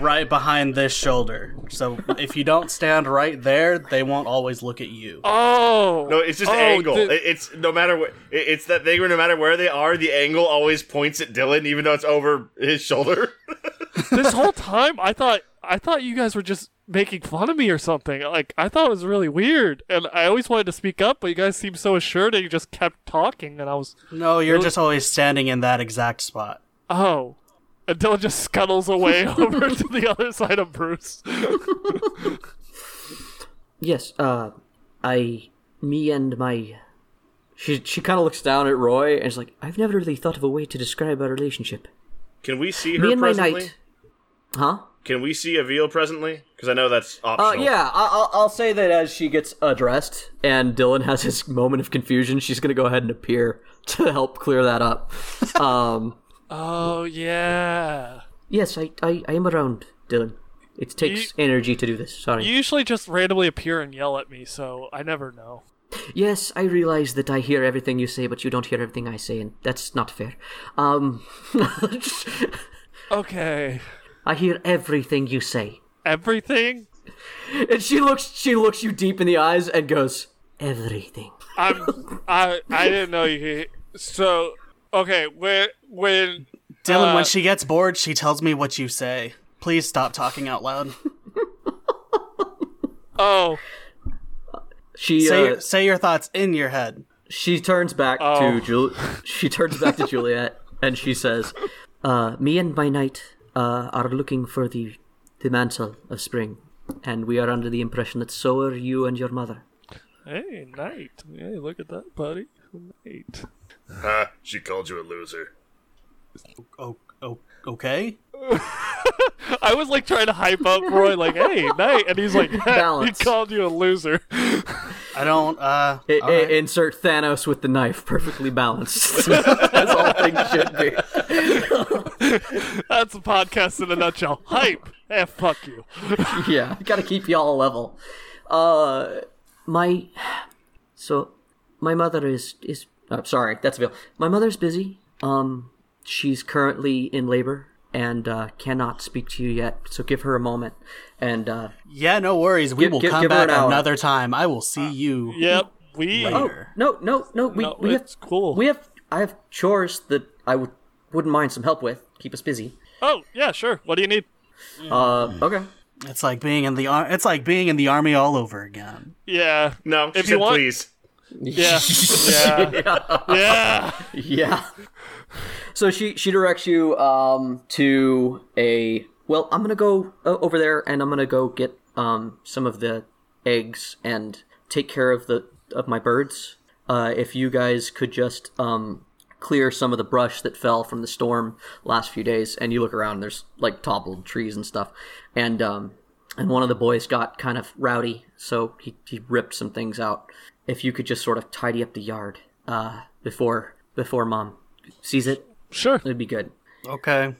Speaker 3: right behind this shoulder. So if you don't stand right there, they won't always look at you.
Speaker 2: Oh
Speaker 4: No, it's just
Speaker 2: oh,
Speaker 4: angle.
Speaker 2: the-
Speaker 4: It- it's no matter what. It, it's that thing where no matter where they are, the angle always points at Dylan, even though it's over his shoulder.
Speaker 2: this whole time, I thought I thought you guys were just making fun of me or something. Like I thought it was really weird, and I always wanted to speak up, but you guys seemed so assured, and you just kept talking, and I was
Speaker 3: No, you're just always standing in that exact spot.
Speaker 2: oh. Until it just scuttles away over to the other side of Bruce.
Speaker 1: Yes, uh, I, me and my. She, she kind of looks down at Roy and is like, I've never really thought of a way to describe our relationship.
Speaker 4: Can we see her
Speaker 1: Me and my
Speaker 4: presently?
Speaker 1: knight. Huh?
Speaker 4: Can we see Avil presently? Because I know that's
Speaker 1: Uh,
Speaker 4: optional.
Speaker 1: yeah, I- I'll, I'll say that as she gets addressed and Dylan has his moment of confusion, she's going to go ahead and appear to help clear that up. Um,
Speaker 2: Oh yeah.
Speaker 1: yes, I, I, I am around, Dylan. It takes energy to do this. Sorry.
Speaker 2: You usually just randomly appear and yell at me, so I never know.
Speaker 1: yes, I realize that I hear everything you say, but you don't hear everything I say, and that's not fair. Um,
Speaker 2: Okay.
Speaker 1: I hear everything you say.
Speaker 2: Everything?
Speaker 1: And she looks, she looks you deep in the eyes and goes, everything.
Speaker 2: I'm I I didn't know you could so okay, when when
Speaker 3: Dylan,
Speaker 2: Uh,
Speaker 3: when she gets bored, she tells me what you say. Please stop talking out loud.
Speaker 2: oh
Speaker 1: She
Speaker 3: Say,
Speaker 1: uh,
Speaker 3: your, say your thoughts in your head.
Speaker 1: She turns back
Speaker 2: Oh.
Speaker 1: to Jul- she turns back to Juliet and she says, uh, "Me and my knight uh, are looking for the the mantle of spring, and we are under the impression that so are you and your mother."
Speaker 2: Hey, night. Hey, look at that, buddy. Night.
Speaker 4: Huh, Ah, she called you a loser.
Speaker 3: Oh, oh okay.
Speaker 2: I was like trying to hype up Roy, like, "Hey, night," and he's like, "He
Speaker 1: Balance.
Speaker 2: called you a loser."
Speaker 3: I don't. Uh,
Speaker 1: I-
Speaker 3: all
Speaker 1: I-
Speaker 3: right.
Speaker 1: Insert Thanos with the knife, perfectly balanced, as all things should be.
Speaker 2: That's a podcast in a nutshell. Hype. Eh, fuck you.
Speaker 1: yeah, gotta keep y'all level. Uh, my so my mother is is oh, sorry, that's Bill. My mother's busy. Um, she's currently in labor and uh, cannot speak to you yet. So give her a moment. And uh,
Speaker 3: yeah, no worries. We
Speaker 1: Give-
Speaker 3: will
Speaker 1: give-
Speaker 3: come
Speaker 1: give her
Speaker 3: back
Speaker 1: an hour.
Speaker 3: another time. I will see you.
Speaker 2: Yep. We
Speaker 1: oh
Speaker 3: Sure.
Speaker 1: no no no we
Speaker 2: No,
Speaker 1: we have
Speaker 2: it's cool.
Speaker 1: we have I have chores that I would wouldn't mind some help with. Keep us busy.
Speaker 2: Oh, yeah, sure. What do you need?
Speaker 1: Uh, okay.
Speaker 3: It's like being in the ar- it's like being in the army all over again.
Speaker 2: Yeah.
Speaker 4: No, she
Speaker 2: If you
Speaker 4: said
Speaker 2: want-
Speaker 4: please.
Speaker 2: Yeah. yeah. Yeah.
Speaker 1: Yeah. So she she directs you um to a well. I'm gonna go uh, over there and I'm gonna go get um some of the eggs and take care of the of my birds. Uh, if you guys could just um clear some of the brush that fell from the storm last few days, and you look around, and there's like toppled trees and stuff, and um and one of the boys got kind of rowdy, so he, he ripped some things out. If you could just sort of tidy up the yard uh, before before mom sees it,
Speaker 2: Sure.
Speaker 1: it'd be good.
Speaker 3: Okay,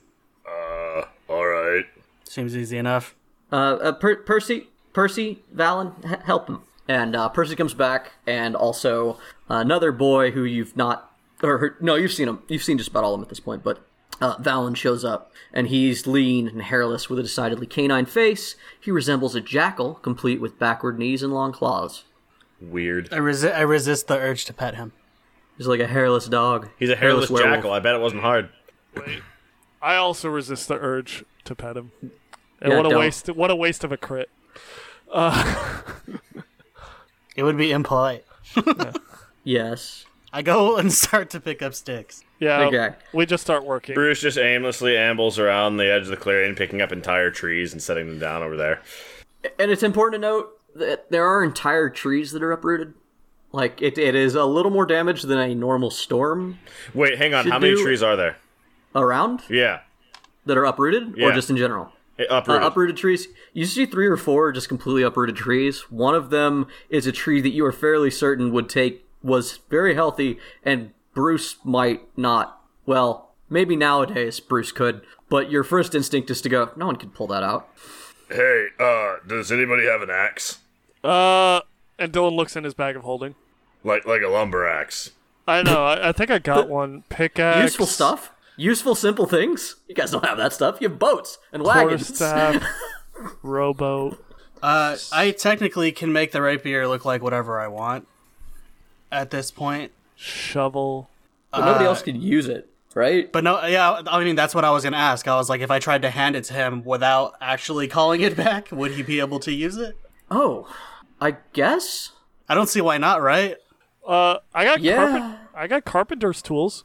Speaker 4: Uh, All right.
Speaker 3: seems easy enough.
Speaker 1: Uh, uh, per- Percy, Percy, Valen, h- help him. And uh, Percy comes back, and also another boy who you've not or her, no, you've seen him. You've seen just about all of them at this point. But uh, Valen shows up, and he's lean and hairless with a decidedly canine face. He resembles a jackal, complete with backward knees and long claws.
Speaker 4: Weird.
Speaker 3: I, resi- I resist the urge to pet him.
Speaker 1: He's like a hairless dog.
Speaker 4: He's a hairless
Speaker 1: werewolf.
Speaker 4: jackal. I bet it wasn't hard.
Speaker 2: I also resist the urge to pet him. And
Speaker 1: Yeah,
Speaker 2: what a
Speaker 1: don't.
Speaker 2: waste! What a waste of a crit.
Speaker 3: It would be impolite.
Speaker 1: Yes.
Speaker 3: I go and start to pick up sticks.
Speaker 2: Yeah.
Speaker 1: Okay.
Speaker 2: We just start working.
Speaker 4: Bruce just aimlessly ambles around the edge of the clearing, picking up entire trees and setting them down over there.
Speaker 1: And it's important to note that there are entire trees that are uprooted. Like it, it is a little more damage than a normal storm
Speaker 4: Wait, hang on.
Speaker 1: Should
Speaker 4: How many
Speaker 1: do-
Speaker 4: trees are there?
Speaker 1: around
Speaker 4: Yeah,
Speaker 1: that are uprooted,
Speaker 4: Yeah.
Speaker 1: or just in general.
Speaker 4: it
Speaker 1: Uh,
Speaker 4: uprooted.
Speaker 1: uprooted trees. You see three or four just completely uprooted trees. One of them is a tree that you are fairly certain would take was very healthy, and Bruce might not. Well, maybe nowadays Bruce could, but your first instinct is to go, "No one could pull that out."
Speaker 4: Hey, uh, does anybody have an axe?
Speaker 2: Uh, and Dylan looks in his bag of holding.
Speaker 4: Like like a lumber axe.
Speaker 2: I know. I, I think I got one pickaxe.
Speaker 1: Useful stuff. Useful, simple things. You guys don't have that stuff. You have boats and
Speaker 2: quarter
Speaker 1: wagons.
Speaker 2: staff, rowboat.
Speaker 3: Uh, I technically can make the rapier look like whatever I want at this point.
Speaker 2: shovel.
Speaker 1: But nobody else could use it, right?
Speaker 3: But no, yeah, I mean, that's what I was going to ask. I was like, if I tried to hand it to him without actually calling it back, would he be able to use it?
Speaker 1: Oh, I guess.
Speaker 3: I don't see why not, right?
Speaker 2: Uh, I got
Speaker 1: Yeah.
Speaker 2: carpent. I got carpenter's tools.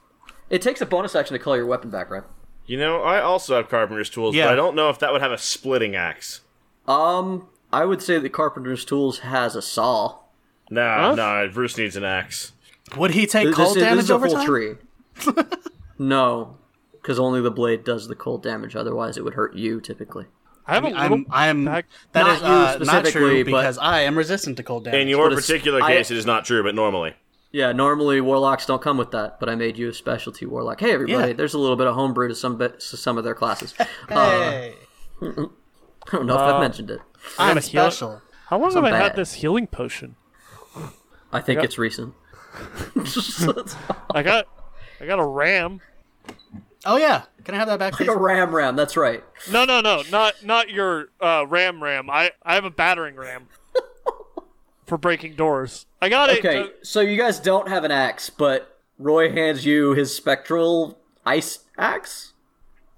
Speaker 1: It takes a bonus action to call your weapon back, right?
Speaker 4: You know, I also have carpenter's tools,
Speaker 3: Yeah.
Speaker 4: but I don't know if that would have a splitting axe.
Speaker 1: Um, I would say that Carpenter's Tools has a saw.
Speaker 4: No, no, Bruce needs an axe.
Speaker 3: Would he take
Speaker 1: This,
Speaker 3: cold
Speaker 1: is,
Speaker 3: damage
Speaker 1: this is a
Speaker 3: over
Speaker 1: full
Speaker 3: time?
Speaker 1: tree. no, because only the blade does the cold damage. Otherwise, it would hurt you typically.
Speaker 2: I have a little.
Speaker 3: I'm, I'm.
Speaker 2: bag-
Speaker 3: that
Speaker 1: Not
Speaker 3: is
Speaker 1: you
Speaker 3: uh, not
Speaker 1: specifically,
Speaker 3: true
Speaker 1: but-
Speaker 3: because I am resistant to cold damage.
Speaker 4: In your
Speaker 1: But it's-
Speaker 4: particular
Speaker 1: I-
Speaker 4: case, it is not true, but normally.
Speaker 1: Yeah, normally warlocks don't come with that, but I made you a specialty warlock. Hey, everybody,
Speaker 3: Yeah.
Speaker 1: there's a little bit of homebrew to some bit, to some of their classes. Uh,
Speaker 3: Hey,
Speaker 1: I don't know if I've mentioned it.
Speaker 3: I'm
Speaker 2: gonna heal it.
Speaker 3: special.
Speaker 2: How long have I had
Speaker 1: bad.
Speaker 2: this healing potion?
Speaker 1: I think it's recent.
Speaker 2: I got. I got a ram.
Speaker 3: Oh yeah, can I have that back, please?
Speaker 1: a ram ram. That's right.
Speaker 2: No, no, no, not not your uh, ram ram. I I have a battering ram for breaking doors. I got it.
Speaker 1: Okay,
Speaker 2: Uh,
Speaker 1: so you guys don't have an axe, but Roy hands you his spectral ice axe.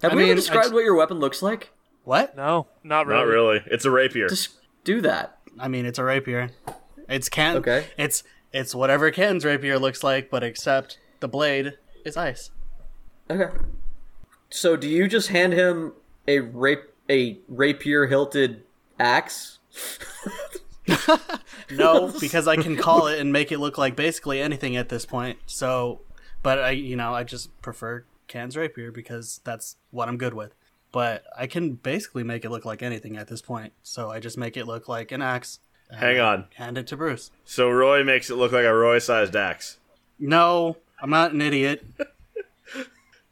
Speaker 1: Have
Speaker 3: I
Speaker 1: we
Speaker 3: mean,
Speaker 1: ever
Speaker 3: I
Speaker 1: described
Speaker 3: just-
Speaker 1: what your weapon looks like?
Speaker 3: What?
Speaker 2: no, not really.
Speaker 4: Not really. It's a rapier.
Speaker 1: Just do that.
Speaker 3: I mean, it's a rapier. It's can.
Speaker 1: Okay.
Speaker 3: It's it's whatever Ken's rapier looks like, but except the blade is ice.
Speaker 1: Okay. So do you just hand him a rape a rapier hilted axe?
Speaker 3: No, because I can call it and make it look like basically anything at this point. So, but I, you know, I just prefer Ken's rapier because that's what I'm good with. But I can basically make it look like anything at this point. So I just make it look like an axe. and
Speaker 4: Hang on.
Speaker 3: Hand it to Bruce.
Speaker 4: So Roy makes it look like a Roy-sized axe.
Speaker 3: No, I'm not an idiot.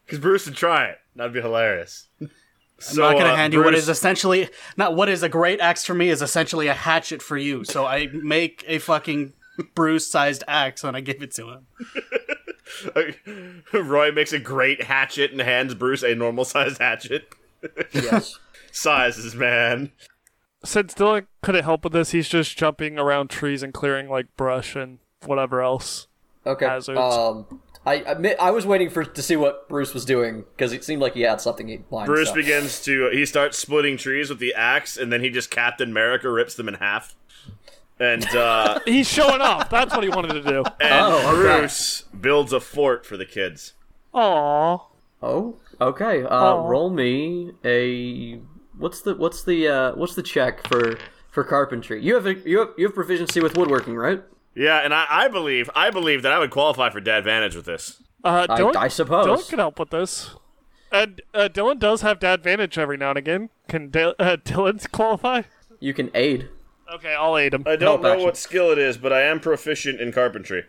Speaker 4: Because Bruce would try it. That'd be hilarious. So,
Speaker 3: I'm not going to
Speaker 4: uh,
Speaker 3: hand you what
Speaker 4: Bruce-
Speaker 3: is essentially not what is a great axe for me is essentially a hatchet for you. So I make a fucking Bruce-sized axe and I give it to him.
Speaker 4: Roy makes a great hatchet and hands Bruce a normal sized hatchet.
Speaker 1: Yes.
Speaker 4: Sizes, man.
Speaker 2: Since Dylan couldn't help with this, he's just jumping around trees and clearing like brush and whatever else.
Speaker 1: Okay.
Speaker 2: Hazards.
Speaker 1: Um I admit, I was waiting for to see what Bruce was doing because it seemed like he had something he lined
Speaker 4: Bruce
Speaker 1: up.
Speaker 4: begins to he starts splitting trees with the axe, and then he just Captain America rips them in half. And uh,
Speaker 2: He's showing off. That's what he wanted to do.
Speaker 4: and
Speaker 1: Oh, okay.
Speaker 4: Bruce builds a fort for the kids.
Speaker 2: Aw.
Speaker 1: Oh, okay. Uh,
Speaker 2: Aw.
Speaker 1: roll me a what's the what's the uh, what's the check for for carpentry? You have a, you have you have proficiency with woodworking, right?
Speaker 4: Yeah, and I, I believe I believe that I would qualify for dad advantage with this.
Speaker 2: Uh, Dylan,
Speaker 1: I suppose.
Speaker 2: Dylan can help with this. And uh, Dylan does have dad advantage every now and again. Can Dil uh, Dylan qualify?
Speaker 1: You can aid,
Speaker 2: Okay, I'll aid him.
Speaker 4: I
Speaker 1: Help
Speaker 4: don't know
Speaker 1: action.
Speaker 4: what skill it is, but I am proficient in carpentry.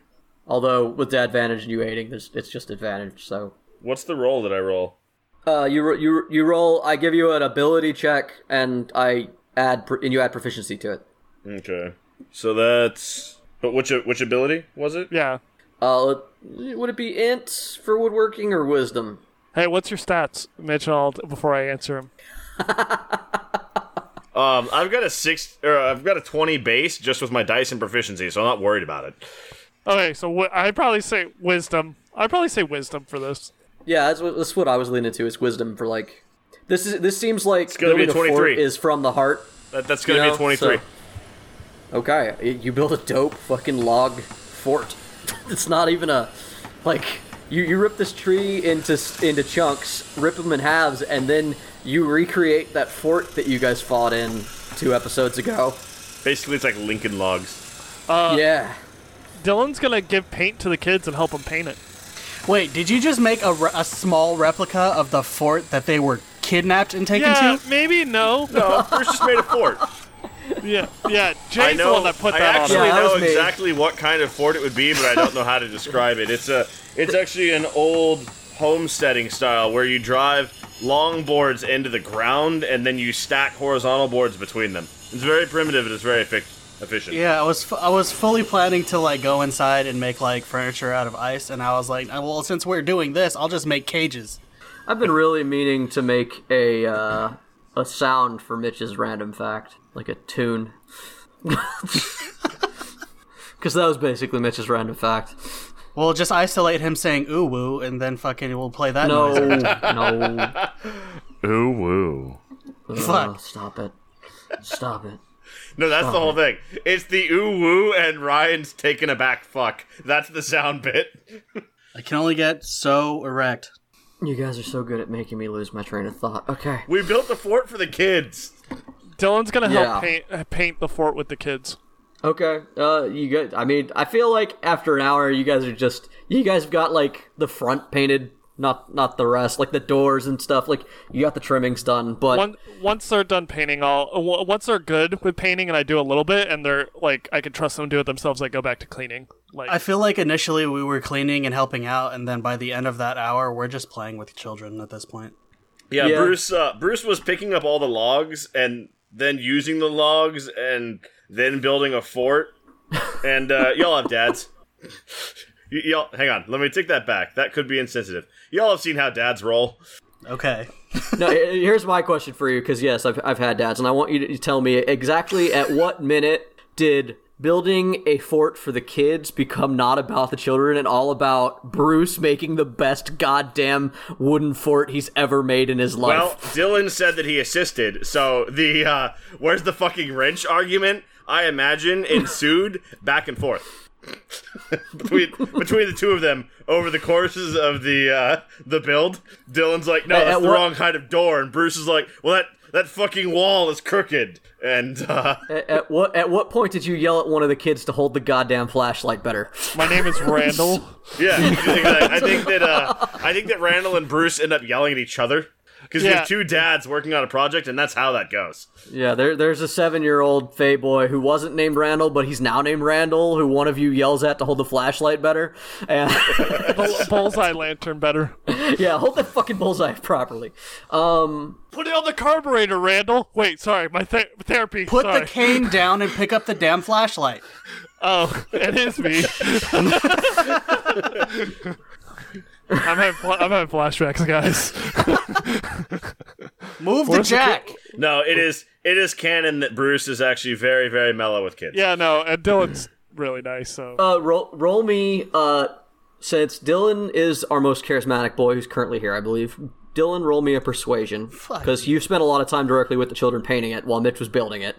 Speaker 1: although with the advantage and you aiding, there's, it's just advantage. So
Speaker 4: What's the roll that I roll?
Speaker 1: uh, you ro- you you roll. I give you an ability check, and I add pro- and you add proficiency to it.
Speaker 4: Okay. So that's but which which ability was it?
Speaker 2: yeah.
Speaker 1: Uh, would it be int for woodworking or wisdom?
Speaker 2: Hey, what's your stats, Mitch? And I'll, before I answer him,
Speaker 4: Um, I've got a six, or I've got a twenty base just with my dice and proficiency, so I'm not worried about it.
Speaker 2: okay. So wh- I probably say wisdom. I probably say wisdom for this.
Speaker 1: Yeah, that's what, that's what I was leaning to. Is wisdom for like this is this seems like
Speaker 4: gonna be
Speaker 1: building
Speaker 4: a
Speaker 1: a fort
Speaker 4: 23.
Speaker 1: is from the heart.
Speaker 4: That, that's
Speaker 1: you
Speaker 4: gonna be
Speaker 1: know?
Speaker 4: a twenty-three.
Speaker 1: So- okay, y- you build a dope fucking log fort. it's not even a like you you rip this tree into s- into chunks, rip them in halves, and then you recreate that fort that you guys fought in two episodes ago.
Speaker 4: Basically, it's like Lincoln logs.
Speaker 1: yeah.
Speaker 2: Dylan's gonna give paint to the kids and help them paint it.
Speaker 3: Wait, did you just make a, re- a small replica of the fort that they were kidnapped and taken
Speaker 2: Yeah,
Speaker 3: to?
Speaker 2: maybe no.
Speaker 4: No, Bruce just made a fort.
Speaker 2: Yeah, yeah.
Speaker 4: I
Speaker 2: Jay's the
Speaker 4: know.
Speaker 2: one that put
Speaker 4: I
Speaker 2: that on.
Speaker 4: actually
Speaker 2: him.
Speaker 1: Yeah, that
Speaker 4: know
Speaker 1: was me.
Speaker 4: exactly what kind of fort it would be, but I don't know how to describe it. It's a, it's actually an old homesteading style where you drive long boards into the ground and then you stack horizontal boards between them. It's very primitive and it's very effic- efficient.
Speaker 3: Yeah, I was fu- I was fully planning to like go inside and make like furniture out of ice, and I was like, "Oh, well, since we're doing this, I'll just make cages.
Speaker 1: I've been really meaning to make a uh, a sound for Mitch's random fact, like a tune, because that was basically Mitch's random fact.
Speaker 3: We'll just isolate him saying ooh woo, and then fucking we'll play that
Speaker 1: No,
Speaker 3: noise.
Speaker 1: no,
Speaker 4: Ooh woo.
Speaker 1: Uh,
Speaker 3: Fuck.
Speaker 1: stop it, stop it.
Speaker 4: No, that's the whole thing. It's the ooh woo and Ryan's taken aback fuck. That's the sound bit.
Speaker 3: I can only get so erect.
Speaker 1: You guys are so good at making me lose my train of thought. Okay,
Speaker 4: We built the fort for the kids.
Speaker 2: Dylan's gonna help
Speaker 1: Yeah.
Speaker 2: paint uh, paint the fort with the kids.
Speaker 1: okay. Uh, you guys. I mean, I feel like after an hour, you guys are just. You guys have got like the front painted, not not the rest, like the doors and stuff. Like you got the trimmings done, but
Speaker 2: Once once they're done painting, I'll uh, w- once they're good with painting, and I do a little bit, and they're like, I can trust them to do it themselves. I go back to cleaning. Like,
Speaker 3: I feel like initially we were cleaning and helping out, and then by the end of that hour, we're just playing with children at this point.
Speaker 4: Yeah,
Speaker 1: Yeah.
Speaker 4: Bruce. Uh, Bruce was picking up all the logs and then using the logs and then building a fort. And uh, y'all have dads. Y- y'all, hang on. Let me take that back. That could be insensitive. Y'all have seen how dads roll.
Speaker 3: Okay.
Speaker 1: no, he- here's my question for you because yes, I've, I've had dads, and I want you to tell me exactly at what minute did building a fort for the kids become not about the children and all about Bruce making the best goddamn wooden fort he's ever made in his life.
Speaker 4: Well, Dylan said that he assisted. So the uh, where's the fucking wrench argument? I imagine ensued back and forth between between the two of them over the courses of the uh, the build. Dylan's like, no,
Speaker 1: At-
Speaker 4: that's
Speaker 1: at
Speaker 4: the
Speaker 1: what-
Speaker 4: wrong kind of door, and Bruce is like, well, that that fucking wall is crooked, and uh,
Speaker 1: at, at what at what point did you yell at one of the kids to hold the goddamn flashlight better?
Speaker 2: my name is Randall.
Speaker 4: yeah, I think that uh, I think that Randall and Bruce end up yelling at each other because you
Speaker 2: Yeah.
Speaker 4: have two dads working on a project, and that's how that goes.
Speaker 1: Yeah, there, there's a seven year old Fay boy who wasn't named Randall, but he's now named Randall, who one of you yells at to hold the flashlight better. And
Speaker 2: Bull- bullseye lantern better.
Speaker 1: yeah, hold that fucking bullseye properly. Um,
Speaker 2: Put it on the carburetor, Randall. Wait, sorry, my th- therapy.
Speaker 3: Put
Speaker 2: sorry.
Speaker 3: the cane down and pick up the damn flashlight.
Speaker 2: Oh, it is me. I'm having, fla- I'm having flashbacks, guys.
Speaker 3: Move the jack.
Speaker 4: No, it is it is canon that Bruce is actually very very mellow with kids.
Speaker 2: Yeah, no, and Dylan's really nice. So
Speaker 1: uh, roll, roll me. Uh, since Dylan is our most charismatic boy, who's currently here, I believe. Dylan, roll me a persuasion because you spent a lot of time directly with the children painting it while Mitch was building it.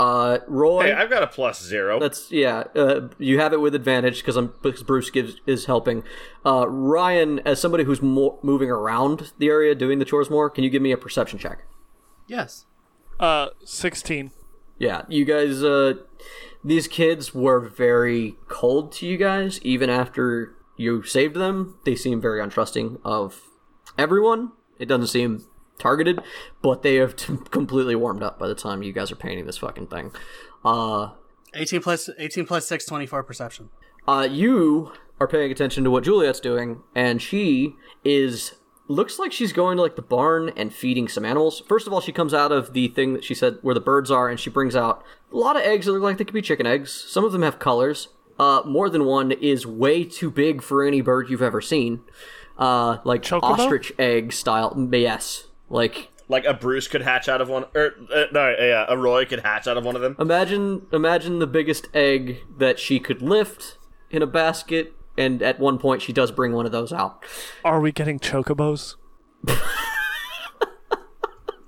Speaker 1: Uh, Roy,
Speaker 4: Hey, I've got a plus zero.
Speaker 1: that's yeah. Uh, you have it with advantage because I'm because Bruce gives is helping. Uh, Ryan, as somebody who's mo- moving around the area doing the chores more, can you give me a perception check?
Speaker 3: Yes.
Speaker 2: uh, 16.
Speaker 1: Yeah, you guys, uh, these kids were very cold to you guys, even after you saved them. They seem very untrusting of everyone. It doesn't seem targeted, but they have t- completely warmed up by the time you guys are painting this fucking thing. Uh,
Speaker 3: 18 plus 18 plus 6 24 perception.
Speaker 1: uh, you are paying attention to what Juliet's doing, and she is looks like she's going to like the barn and feeding some animals. First of all, she comes out of the thing that she said where the birds are, and she brings out a lot of eggs that look like they could be chicken eggs. Some of them have colors. uh, more than one is way too big for any bird you've ever seen. Uh, like
Speaker 2: Chocobo?
Speaker 1: ostrich egg style. Yes. Like
Speaker 4: Like a Bruce could hatch out of one, or uh, no, yeah, a Roy could hatch out of one of them.
Speaker 1: imagine imagine the biggest egg that she could lift in a basket and at one point she does bring one of those out.
Speaker 2: Are we getting chocobos?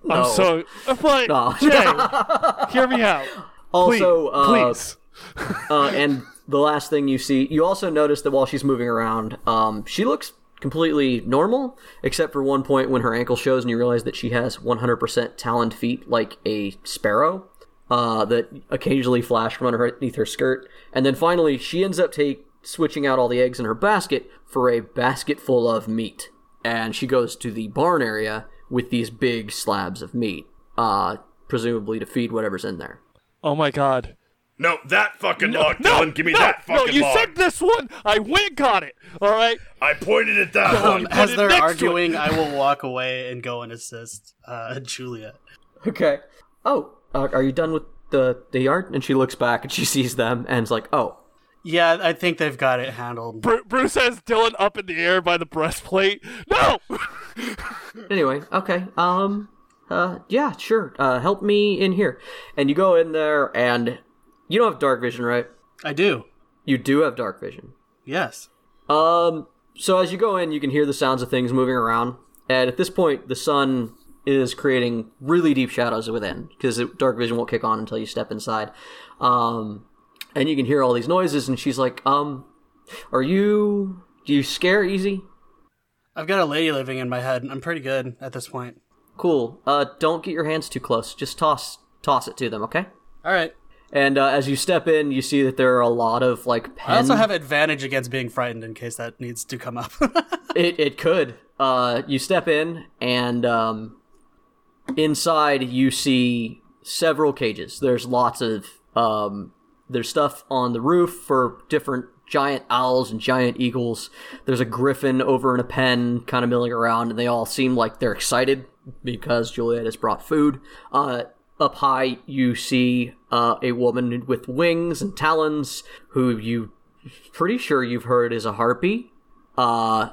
Speaker 2: I'm so. But,
Speaker 1: No.
Speaker 2: Jay, hear me out.
Speaker 1: Also,
Speaker 2: please.
Speaker 1: uh,
Speaker 2: please.
Speaker 1: uh, and the last thing you see, you also notice that while she's moving around, um, she looks completely normal, except for one point when her ankle shows, and you realize that she has 100% taloned feet, like a sparrow, uh, that occasionally flash from underneath her skirt. And then finally, she ends up take switching out all the eggs in her basket for a basket full of meat, and she goes to the barn area with these big slabs of meat, uh, presumably to feed whatever's in there.
Speaker 2: Oh my god.
Speaker 4: No, that fucking log,
Speaker 2: No,
Speaker 4: Dylan. Give me
Speaker 2: no,
Speaker 4: that fucking
Speaker 2: no, you
Speaker 4: log.
Speaker 2: said this one. I went and got it. All right.
Speaker 4: I pointed at that
Speaker 2: Dylan.
Speaker 1: Um,
Speaker 4: one.
Speaker 2: Put
Speaker 3: As
Speaker 2: it
Speaker 3: they're
Speaker 2: next to it.
Speaker 3: arguing, I will walk away and go and assist uh, Juliet.
Speaker 1: Okay. Oh, uh, are you done with the the yard? And she looks back and she sees them and is like, "Oh,
Speaker 3: Yeah, I think they've got it handled.
Speaker 2: Bru- Bruce has Dylan up in the air by the breastplate. No!
Speaker 1: anyway, okay. Um, uh, yeah, sure. Uh, help me in here." And you go in there, and you don't have dark vision, right?
Speaker 3: I do.
Speaker 1: You do have dark vision.
Speaker 3: Yes.
Speaker 1: Um, so as you go in, you can hear the sounds of things moving around, and at this point, the sun is creating really deep shadows within because dark vision won't kick on until you step inside. Um, and you can hear all these noises, and she's like, "Um, are you do you scare easy?
Speaker 3: I've got a lady living in my head. I'm pretty good at this point.
Speaker 1: Cool. Uh, don't get your hands too close. Just toss toss it to them, okay?"
Speaker 3: All right.
Speaker 1: And uh, as you step in, you see that there are a lot of like pen.
Speaker 3: I also have advantage against being frightened in case that needs to come up.
Speaker 1: It it could. Uh, you step in, and um, inside you see several cages. There's lots of um, there's stuff on the roof for different giant owls and giant eagles. There's a griffin over in a pen, kind of milling around, and they all seem like they're excited because Juliet has brought food. Uh, up high, you see uh, a woman with wings and talons, who you pretty sure you've heard is a harpy. Uh,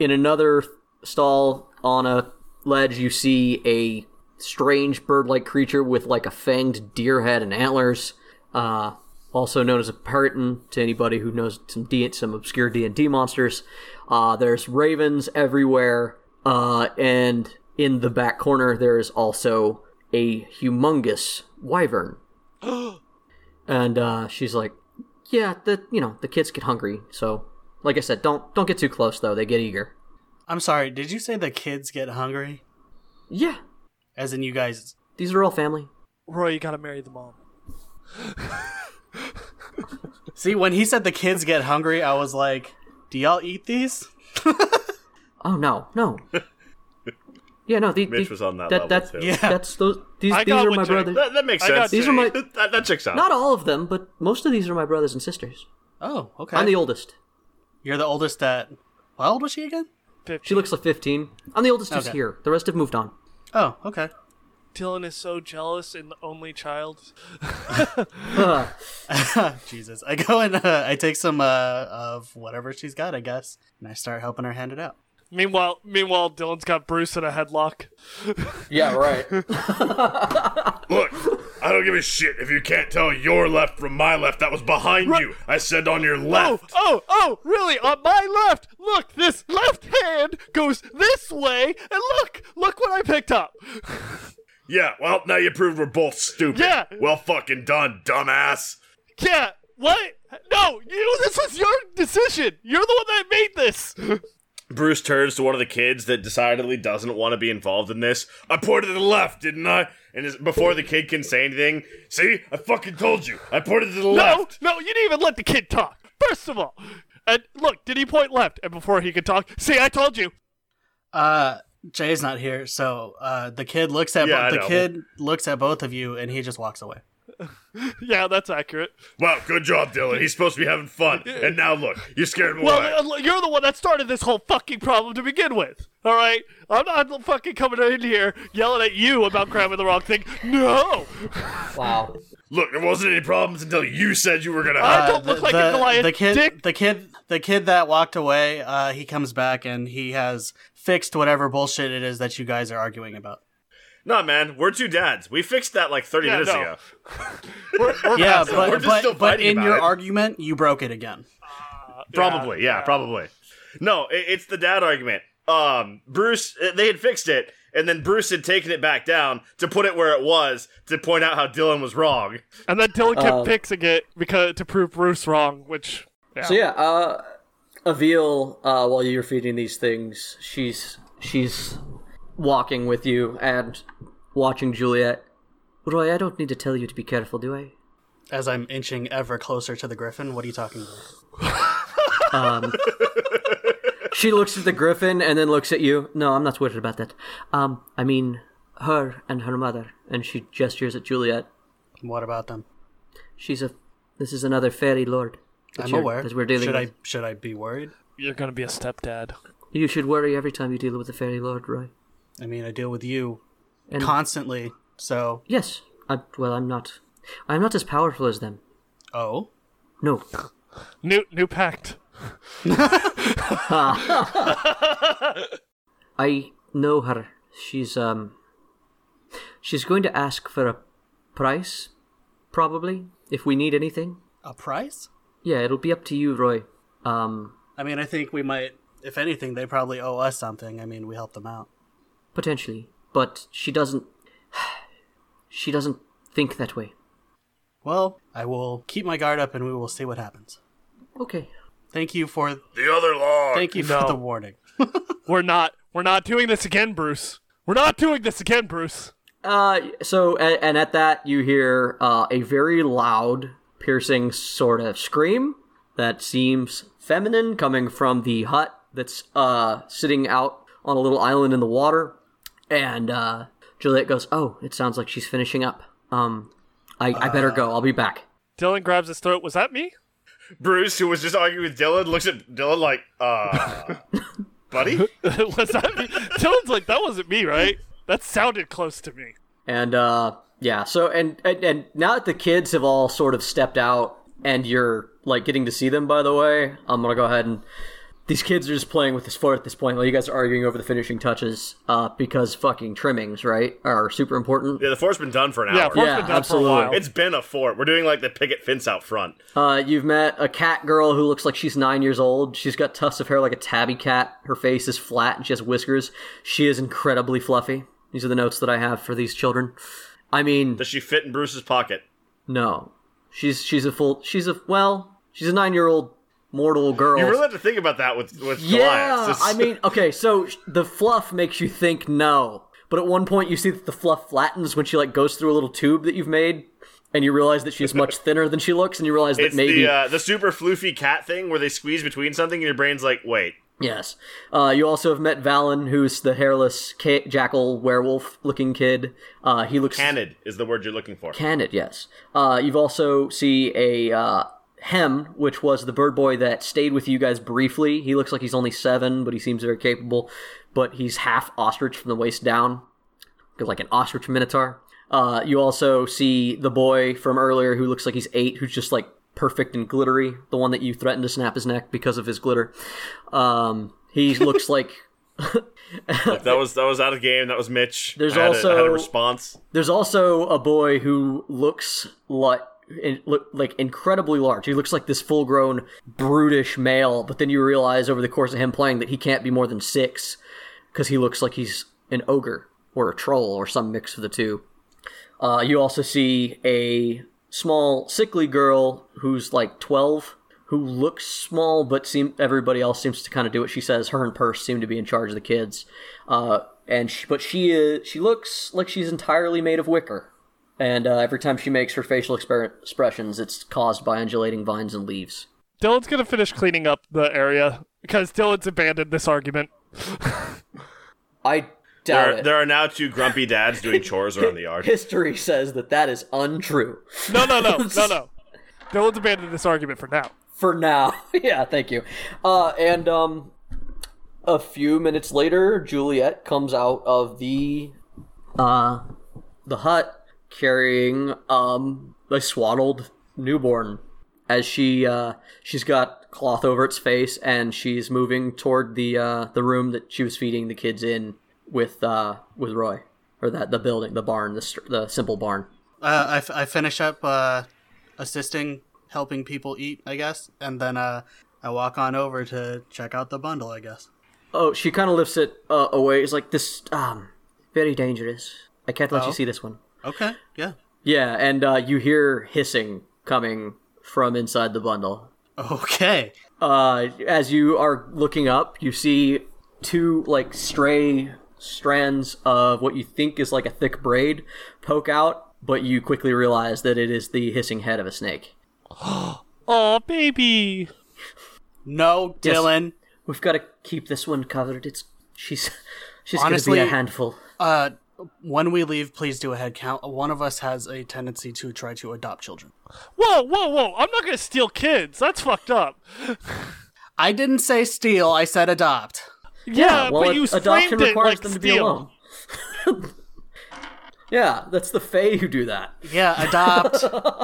Speaker 1: in another stall on a ledge, you see a strange bird-like creature with like a fanged deer head and antlers, uh, also known as a periton to anybody who knows some D- some obscure D and D monsters. Uh, there's ravens everywhere, uh, and in the back corner there is also a humongous wyvern. and uh, she's like, "Yeah, the you know the kids get hungry, so." Like I said, don't don't get too close though; they get eager.
Speaker 3: I'm sorry. Did you say the kids get hungry?
Speaker 1: Yeah,
Speaker 3: As in, you guys.
Speaker 1: these are all family.
Speaker 2: Roy, you gotta marry the mom.
Speaker 3: See, when he said the kids get hungry, I was like, "Do y'all eat these?"
Speaker 1: Oh no, no. yeah, no. The,
Speaker 4: Mitch
Speaker 1: the-
Speaker 4: was on that
Speaker 1: that,
Speaker 4: level,
Speaker 1: that,
Speaker 4: too.
Speaker 3: Yeah.
Speaker 1: That's those. These,
Speaker 2: I
Speaker 1: these
Speaker 2: got
Speaker 1: are
Speaker 2: what
Speaker 1: my
Speaker 2: Jake-
Speaker 1: brothers.
Speaker 4: That, that makes
Speaker 2: I got
Speaker 4: sense.
Speaker 1: These
Speaker 4: to
Speaker 1: are
Speaker 4: me.
Speaker 1: my-
Speaker 4: that, that checks out.
Speaker 1: Not all of them, but most of these are my brothers and sisters.
Speaker 3: Oh, okay.
Speaker 1: I'm the oldest.
Speaker 3: You're the oldest at. How old was she again?
Speaker 1: She looks like 15. I'm the oldest who's
Speaker 3: Okay.
Speaker 1: here. The rest have moved on.
Speaker 3: Oh, okay.
Speaker 2: Dylan is so jealous and the only child.
Speaker 1: Ugh.
Speaker 3: Jesus. I go and uh, I take some uh, of whatever she's got, I guess, and I start helping her hand it out.
Speaker 2: Meanwhile, meanwhile, Dylan's got Bruce in a headlock.
Speaker 1: yeah, right.
Speaker 4: Look, I don't give a shit if you can't tell your left from my left. That was behind you. I said on your
Speaker 2: Oh,
Speaker 4: left.
Speaker 2: oh, oh, really? On my left! Look, this left hand goes this way, and look, look what I picked up.
Speaker 4: Yeah, well, now you proved we're both stupid.
Speaker 2: Yeah.
Speaker 4: Well, fucking done, dumbass.
Speaker 2: Yeah, what? No, you, this was your decision. You're the one that made this.
Speaker 4: Bruce turns to one of the kids that decidedly doesn't want to be involved in this. I pointed to the left, didn't I? And is, before the kid can say anything, see, I fucking told you. I pointed to the
Speaker 2: No,
Speaker 4: left.
Speaker 2: no, you didn't even let the kid talk. First of all, and look, did he point left? And before he could talk, see, I told you.
Speaker 3: Uh, Jay's not here, so uh, the kid looks at
Speaker 4: Yeah, I
Speaker 3: bo- the
Speaker 4: know.
Speaker 3: kid looks at both of you, and he just walks away.
Speaker 2: Yeah, that's accurate.
Speaker 4: Wow, good job, Dylan. He's supposed to be having fun. And now look, you scared him away.
Speaker 2: Well, uh, you're the one that started this whole fucking problem to begin with. All right, I'm not fucking coming in here yelling at you about grabbing the wrong thing. No,
Speaker 1: Wow.
Speaker 4: Look, there wasn't any problems until you said you were gonna.
Speaker 2: I
Speaker 4: hide."
Speaker 2: don't look like a Goliath
Speaker 3: the kid,
Speaker 2: dick.
Speaker 3: The kid, the kid that walked away. Uh, he comes back and he has fixed whatever bullshit it is that you guys are arguing about.
Speaker 4: Nah, man, we're two dads. We fixed that like thirty
Speaker 2: Yeah,
Speaker 4: minutes
Speaker 2: no.
Speaker 4: ago.
Speaker 2: We're, we're
Speaker 3: Yeah,
Speaker 2: past that.
Speaker 4: we're
Speaker 3: but
Speaker 4: just still
Speaker 3: but, but
Speaker 4: fighting
Speaker 3: in
Speaker 4: about
Speaker 3: your
Speaker 4: it.
Speaker 3: argument, you broke it again.
Speaker 4: Probably, yeah, probably. No, it, it's the dad argument. Um, Bruce, uh, they had fixed it, and then Bruce had taken it back down to put it where it was to point out how Dylan was wrong.
Speaker 2: and then Dylan kept
Speaker 1: Um,
Speaker 2: fixing it because to prove Bruce wrong, which yeah.
Speaker 1: So yeah, uh, Avil, uh, while you're feeding these things, she's she's walking with you and watching Juliet. Roy, I don't need to tell you to be careful, do I?
Speaker 3: As I'm inching ever closer to the griffin, what are you talking about?
Speaker 1: She looks at the griffin and then looks at you. No, I'm not worried about that. Um, I mean, her and her mother, and she gestures at Juliet.
Speaker 3: What about them?
Speaker 1: She's a. This is another fairy lord. that
Speaker 3: I'm
Speaker 1: you're-
Speaker 3: aware.
Speaker 1: That we're dealing
Speaker 3: should
Speaker 1: with.
Speaker 3: I should I be worried?
Speaker 2: you're gonna be a stepdad.
Speaker 1: You should worry every time you deal with a fairy lord, Roy.
Speaker 3: I mean, I deal with you
Speaker 1: And
Speaker 3: constantly. So,
Speaker 1: yes, I, well, I'm not. I'm not as powerful as them.
Speaker 3: oh,
Speaker 1: No,
Speaker 2: New new pact.
Speaker 1: I know her. She's um. She's going to ask for a price, probably. If we need anything,
Speaker 3: a price?
Speaker 1: yeah, it'll be up to you, Roy. Um,
Speaker 3: I mean, I think we might. If anything, they probably owe us something. I mean, we helped them out.
Speaker 1: potentially, but she doesn't. She doesn't think that way.
Speaker 3: Well, I will keep my guard up, and we will see what happens.
Speaker 1: Okay.
Speaker 3: Thank you for
Speaker 4: The other law.
Speaker 3: thank you for the warning.
Speaker 2: We're not we're not doing this again, Bruce. We're not doing this again, Bruce.
Speaker 1: Uh, so and, and at that you hear uh, a very loud, piercing sort of scream that seems feminine coming from the hut that's uh sitting out on a little island in the water, and uh, Juliet goes, "Oh, it sounds like she's finishing up. Um, I, I better go. I'll be back."
Speaker 2: Dylan grabs his throat. Was that me?
Speaker 4: Bruce, who was just arguing with Dylan, looks at Dylan like, uh, buddy.
Speaker 2: was that me? Dylan's like that wasn't me, right? That sounded close to me.
Speaker 1: And uh yeah, so and, and and now that the kids have all sort of stepped out and you're like getting to see them by the way, I'm gonna go ahead and these kids are just playing with this fort at this point while you guys are arguing over the finishing touches, uh, because fucking trimmings, right, are super important.
Speaker 4: Yeah, the fort's been done for an
Speaker 2: Yeah,
Speaker 4: hour.
Speaker 2: Fort's
Speaker 1: Yeah,
Speaker 2: been done
Speaker 1: absolutely.
Speaker 2: for a while.
Speaker 4: It's been a fort. We're doing like the picket fence out front.
Speaker 1: Uh, you've met a cat girl who looks like she's nine years old. She's got tufts of hair like a tabby cat. Her face is flat and she has whiskers. She is incredibly fluffy. These are the notes that I have for these children. I mean,
Speaker 4: Does she fit in Bruce's pocket?
Speaker 1: No, she's she's a full she's a well she's a nine year old mortal girl.
Speaker 4: You really have to think about that with with
Speaker 1: yeah,
Speaker 4: Goliath. It's-
Speaker 1: I mean, okay, so sh- the fluff makes you think no, but at one point you see that the fluff flattens when she like goes through a little tube that you've made, and you realize that she's much thinner than she looks, and you realize that
Speaker 4: it's
Speaker 1: maybe
Speaker 4: the uh, the super floofy cat thing where they squeeze between something and your brain's like, wait,
Speaker 1: Yes. Uh, you also have met Valen, who's the hairless ca- jackal werewolf looking kid. Uh, he looks
Speaker 4: canid is the word you're looking for.
Speaker 1: Canid, yes. Uh, you've also see a uh, Hem, which was the bird boy that stayed with you guys briefly. He looks like he's only seven, but he seems very capable. But he's half ostrich from the waist down, like an ostrich minotaur. Uh, you also see the boy from earlier who looks like he's eight, who's just like perfect and glittery. The one that you threatened to snap his neck because of his glitter. Um, he looks like
Speaker 4: Look, that was that was out of game. That was Mitch.
Speaker 1: There's
Speaker 4: I had a, I had a
Speaker 1: also-
Speaker 4: response.
Speaker 1: There's also a boy who looks like in- look- like incredibly large. He looks like this full-grown brutish male, but then you realize over the course of him playing that he can't be more than 6 cuz he looks like he's an ogre or a troll or some mix of the two. Uh, you also see a small sickly girl who's like 12 who looks small but seem everybody else seems to kind of do what she says her and purse seem to be in charge of the kids uh, and she, but she is she looks like she's entirely made of wicker and uh, every time she makes her facial exper- expressions it's caused by undulating vines and leaves
Speaker 2: Dylan's gonna finish cleaning up the area because Dylan's abandoned this argument.
Speaker 1: i doubt
Speaker 4: There are,
Speaker 1: it
Speaker 4: there are now two grumpy dads doing chores around the yard.
Speaker 1: history says that that is untrue
Speaker 2: No, no, no, no, no. Dylan's abandoned this argument for now.
Speaker 1: for now. yeah, thank you. Uh, and um, a few minutes later, Juliet comes out of the uh, the hut carrying um a swaddled newborn as she uh she's got cloth over its face and she's moving toward the uh the room that she was feeding the kids in with uh with Roy or that the building the barn the str- the simple barn.
Speaker 3: Uh, I, f- I finish up uh, assisting, helping people eat, I guess, and then uh, I walk on over to check out the bundle, I guess.
Speaker 1: Oh, she kind of lifts it uh, away. It's like this um very dangerous. I can't let you see this one.
Speaker 3: Okay, yeah.
Speaker 1: Yeah, and uh, you hear hissing coming from inside the bundle.
Speaker 3: Okay.
Speaker 1: Uh, as you are looking up, you see two like stray strands of what you think is like a thick braid poke out, but you quickly realize that it is the hissing head of a snake.
Speaker 2: Oh, baby.
Speaker 3: No, Dylan.
Speaker 1: We've got to keep this one covered. It's she's she's
Speaker 3: Honestly-
Speaker 1: gonna be a handful.
Speaker 3: Uh, when we leave, please do a head count. One of us has a tendency to try to adopt children.
Speaker 2: Whoa, whoa, whoa. I'm not going to steal kids. That's fucked up.
Speaker 3: I didn't say steal. I said adopt.
Speaker 2: Yeah,
Speaker 1: well,
Speaker 2: but
Speaker 1: ad-
Speaker 2: you
Speaker 1: adoption
Speaker 2: framed it
Speaker 1: requires
Speaker 2: like
Speaker 1: them to
Speaker 2: steal.
Speaker 1: be alone. yeah, that's the Fae who do that.
Speaker 3: Yeah, adopt,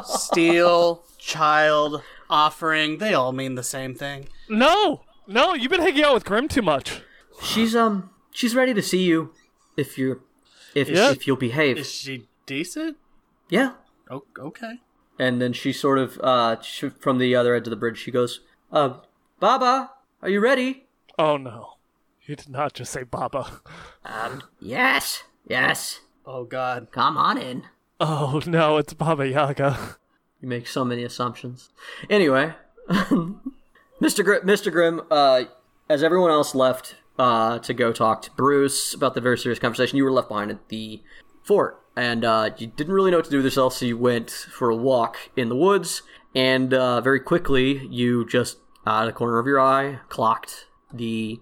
Speaker 3: steal, child, offering. They all mean the same thing.
Speaker 2: No, no, you've been hanging out with Grim too much.
Speaker 1: She's um she's ready to see you if you if
Speaker 2: Yeah.
Speaker 1: if you'll
Speaker 3: Is
Speaker 1: behave.
Speaker 3: she decent?
Speaker 1: Yeah.
Speaker 3: O- okay.
Speaker 1: And then she sort of uh she, from the other edge of the bridge she goes, "Uh Baba, are you ready?"
Speaker 2: Oh no, you did not just say Baba.
Speaker 1: Yes. Yes.
Speaker 3: Oh, God.
Speaker 1: Come on in.
Speaker 2: Oh no, it's Baba Yaga.
Speaker 1: You make so many assumptions. Anyway, Mr. Grim, Mr. Grimm, uh, as everyone else left uh, to go talk to Bruce about the very serious conversation, you were left behind at the fort, and uh, you didn't really know what to do with yourself, so you went for a walk in the woods, and uh, very quickly you just out of the corner of your eye clocked the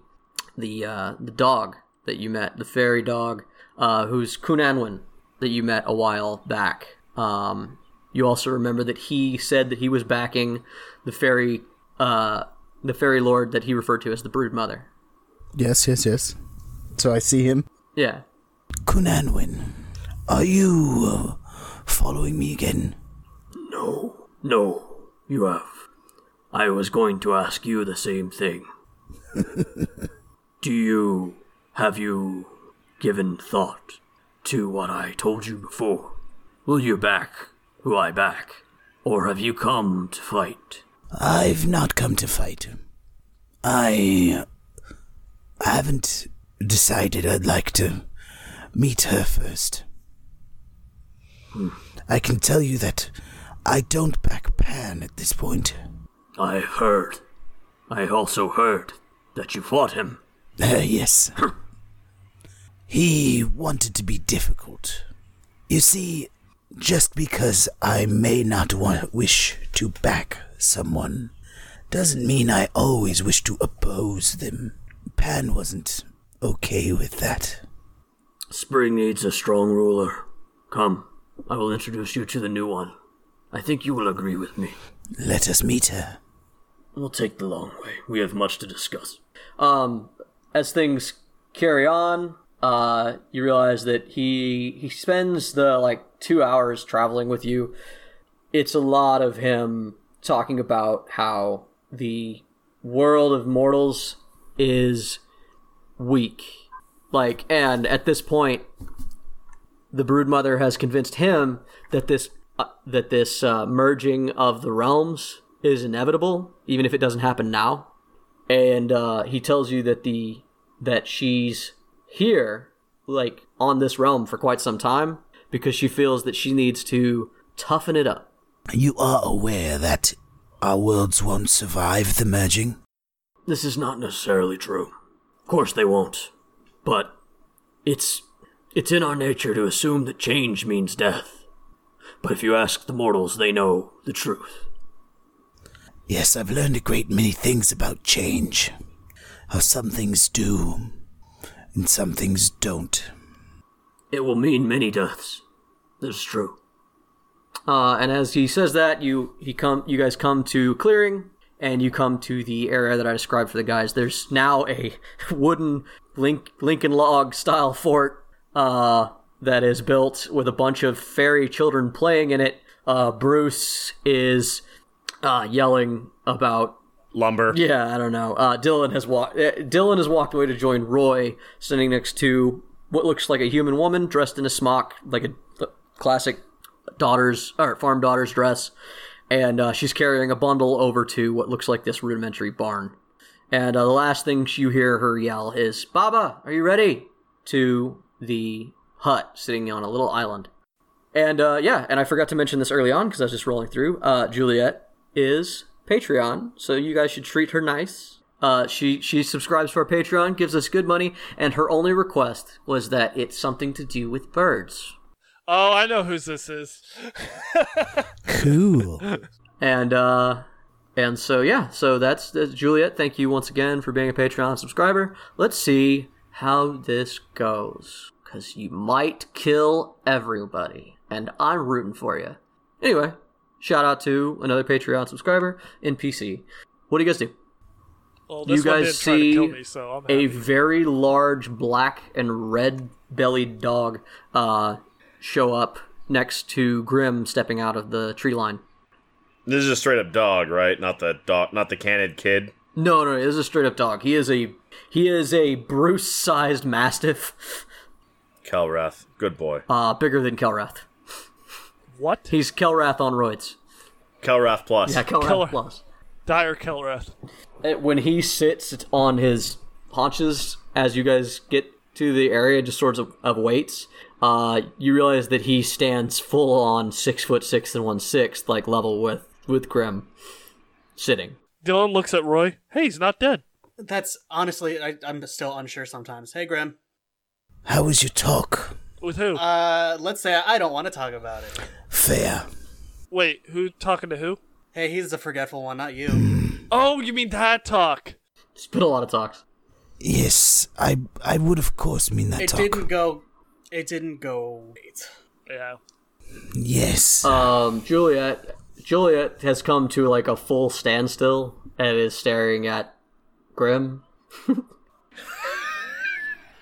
Speaker 1: the uh, the dog that you met, the fairy dog, uh, who's Kunanwin that you met a while back. Um, you also remember that he said that he was backing the fairy, uh, the fairy lord that he referred to as the Brood Mother.
Speaker 5: Yes, yes, yes. So I see him.
Speaker 1: Yeah.
Speaker 5: Kunanwin, are you uh, following me again?
Speaker 1: No, no, you have. I was going to ask you the same thing. Do you have you given thought to what I told you before? Will you back who I back, or have you come to fight?
Speaker 5: I've not come to fight. I uh, haven't decided I'd like to meet her first. I can tell you that I don't back Pan at this point.
Speaker 1: I heard. I also heard that you fought him.
Speaker 5: Uh, yes. he wanted to be difficult. You see, just because I may not want, wish to back someone doesn't mean I always wish to oppose them. Pan wasn't okay with that.
Speaker 1: Spring needs a strong ruler. Come, I will introduce you to the new one. I think you will agree with me.
Speaker 5: Let us meet her.
Speaker 1: We'll take the long way. We have much to discuss. Um, as things carry on, uh, you realize that he he spends the like two hours traveling with you. It's a lot of him talking about how the world of mortals is weak. Like, and at this point, the broodmother has convinced him that this uh, that this uh, merging of the realms is inevitable even if it doesn't happen now and uh, he tells you that the that she's here like on this realm for quite some time because she feels that she needs to toughen it up
Speaker 5: You are aware that our worlds won't survive the merging?
Speaker 1: this is not necessarily true of course they won't but it's it's in our nature to assume that change means death but if you ask the mortals they know the truth
Speaker 5: Yes, I've learned a great many things about change. How some things do, and some things don't.
Speaker 1: It will mean many deaths. That's true. Uh, and as he says that, you he come you guys come to clearing, and you come to the area that I described for the guys. There's now a wooden link Lincoln log style fort uh, that is built with a bunch of fairy children playing in it. Uh, Bruce is uh, yelling about
Speaker 4: Lumber.
Speaker 1: yeah, I don't know. Uh, Dylan has walked. Uh, Dylan has walked away to join Roy, sitting next to what looks like a human woman dressed in a smock, like a th- classic daughter's or farm daughter's dress, and uh, she's carrying a bundle over to what looks like this rudimentary barn. And uh, the last thing you hear her yell is, "Baba, are you ready?" to the hut sitting on a little island. And uh, yeah, and I forgot to mention this early on because I was just rolling through. Uh, Juliet is Patreon, so you guys should treat her nice. Uh, she she subscribes to our Patreon, gives us good money, and her only request was that it's something to do with birds.
Speaker 2: Oh, I know whose this is.
Speaker 5: Cool.
Speaker 1: And uh, and so yeah, so that's, that's Juliet. Thank you once again for being a Patreon subscriber. Let's see how this goes, because you might kill everybody, and I'm rooting for you. Anyway, shout out to another Patreon subscriber, NPC. What do you guys do?
Speaker 2: Well, this
Speaker 1: you
Speaker 2: one
Speaker 1: guys
Speaker 2: didn't try to
Speaker 1: see
Speaker 2: kill me, so I'm
Speaker 1: a
Speaker 2: happy.
Speaker 1: very large black and red bellied dog uh, show up next to Grim stepping out of the tree line.
Speaker 4: This is a straight up dog, right? Not the dog, not the canid kid.
Speaker 1: No, no, no, this is a straight up dog. He is a he is a Bruce sized mastiff,
Speaker 4: Kelrath, good boy.
Speaker 1: uh, bigger than Kelrath.
Speaker 2: What?
Speaker 1: He's Kelrath on roids.
Speaker 4: Kelrath plus.
Speaker 1: Yeah, Kelrath
Speaker 2: Kelrath.
Speaker 1: plus.
Speaker 2: Dire Kelrath.
Speaker 1: Uh, When he sits on his haunches as you guys get to the area, just sorts of, of weights, uh, you realize that he stands full on six foot six and one sixth, like level with with Grim, sitting.
Speaker 2: Dylan looks at Roy. Hey, he's not dead.
Speaker 3: That's honestly, I, I'm still unsure sometimes. Hey, Grim.
Speaker 5: How was your talk?
Speaker 2: With who?
Speaker 3: Uh, let's say I don't want to talk about it.
Speaker 5: Fair.
Speaker 2: Wait, who talking to who?
Speaker 3: Hey, he's the forgetful one, not you.
Speaker 2: Oh, you mean that talk?
Speaker 1: It's been a lot of talks.
Speaker 5: Yes, I I would of course mean that
Speaker 3: it
Speaker 5: talk.
Speaker 3: didn't go. It didn't go. Wait.
Speaker 2: Yeah.
Speaker 3: Uh,
Speaker 5: Yes.
Speaker 1: Um, Juliet, Juliet has come to like a full standstill and is staring at Grim.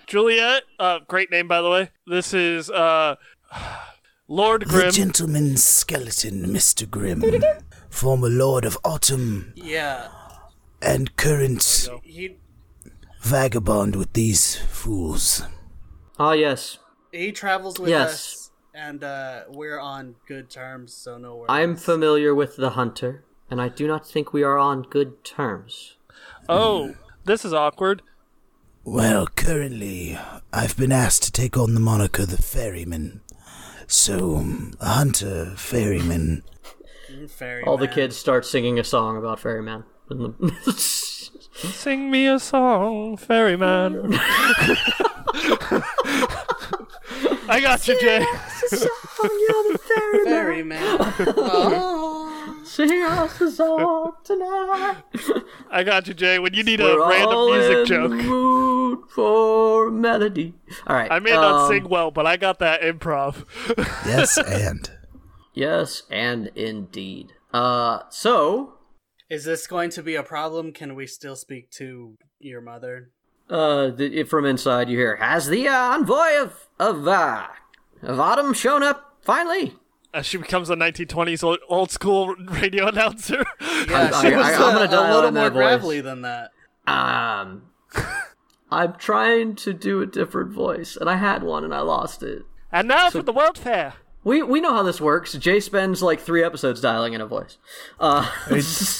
Speaker 2: Juliet, uh, great name by the way. This is uh, Lord Grim.
Speaker 5: The gentleman's skeleton, Mr. Grimm, former Lord of Autumn
Speaker 3: Yeah,
Speaker 5: and current
Speaker 3: he
Speaker 5: vagabond with these fools.
Speaker 1: Ah, yes.
Speaker 3: he travels with
Speaker 1: Yes.
Speaker 3: us, and uh, we're on good terms, so no worries.
Speaker 1: I'm familiar with the hunter, and I do not think we are on good terms.
Speaker 2: oh, this is awkward.
Speaker 5: Well, currently, I've been asked to take on the moniker the Ferryman. So, um, a hunter, ferryman.
Speaker 3: Fairy
Speaker 1: All the
Speaker 3: man.
Speaker 1: kids start singing a song about ferryman. And the-
Speaker 2: Sing me a song, ferryman. I got you, Jay.
Speaker 3: Fairy man. Oh.
Speaker 1: Sing us a song tonight.
Speaker 2: I got you, Jay. When you need a
Speaker 1: We're
Speaker 2: random
Speaker 1: all
Speaker 2: music
Speaker 1: in The
Speaker 2: joke,
Speaker 1: mood for melody. All right.
Speaker 2: I may not
Speaker 1: um,
Speaker 2: sing well, but I got that improv.
Speaker 5: Yes, and.
Speaker 1: Yes, and indeed. Uh, so
Speaker 3: Is this going to be a problem? Can we still speak to your mother?
Speaker 1: Uh, the, from inside you hear, "Has the uh, envoy of of uh, of autumn shown up finally?"
Speaker 2: As she becomes a 1920s old, old school radio announcer.
Speaker 3: Yeah,
Speaker 1: I-
Speaker 3: she
Speaker 1: I-
Speaker 3: was
Speaker 1: I- I'm
Speaker 3: uh,
Speaker 1: gonna dial
Speaker 3: a little
Speaker 1: in
Speaker 3: more
Speaker 1: that voice.
Speaker 3: gravelly than that.
Speaker 1: Um, I'm trying to do a different voice, and I had one and I lost it.
Speaker 2: and now for the World Fair.
Speaker 1: We we know how this works. Jay spends like three episodes dialing in a voice. Uh,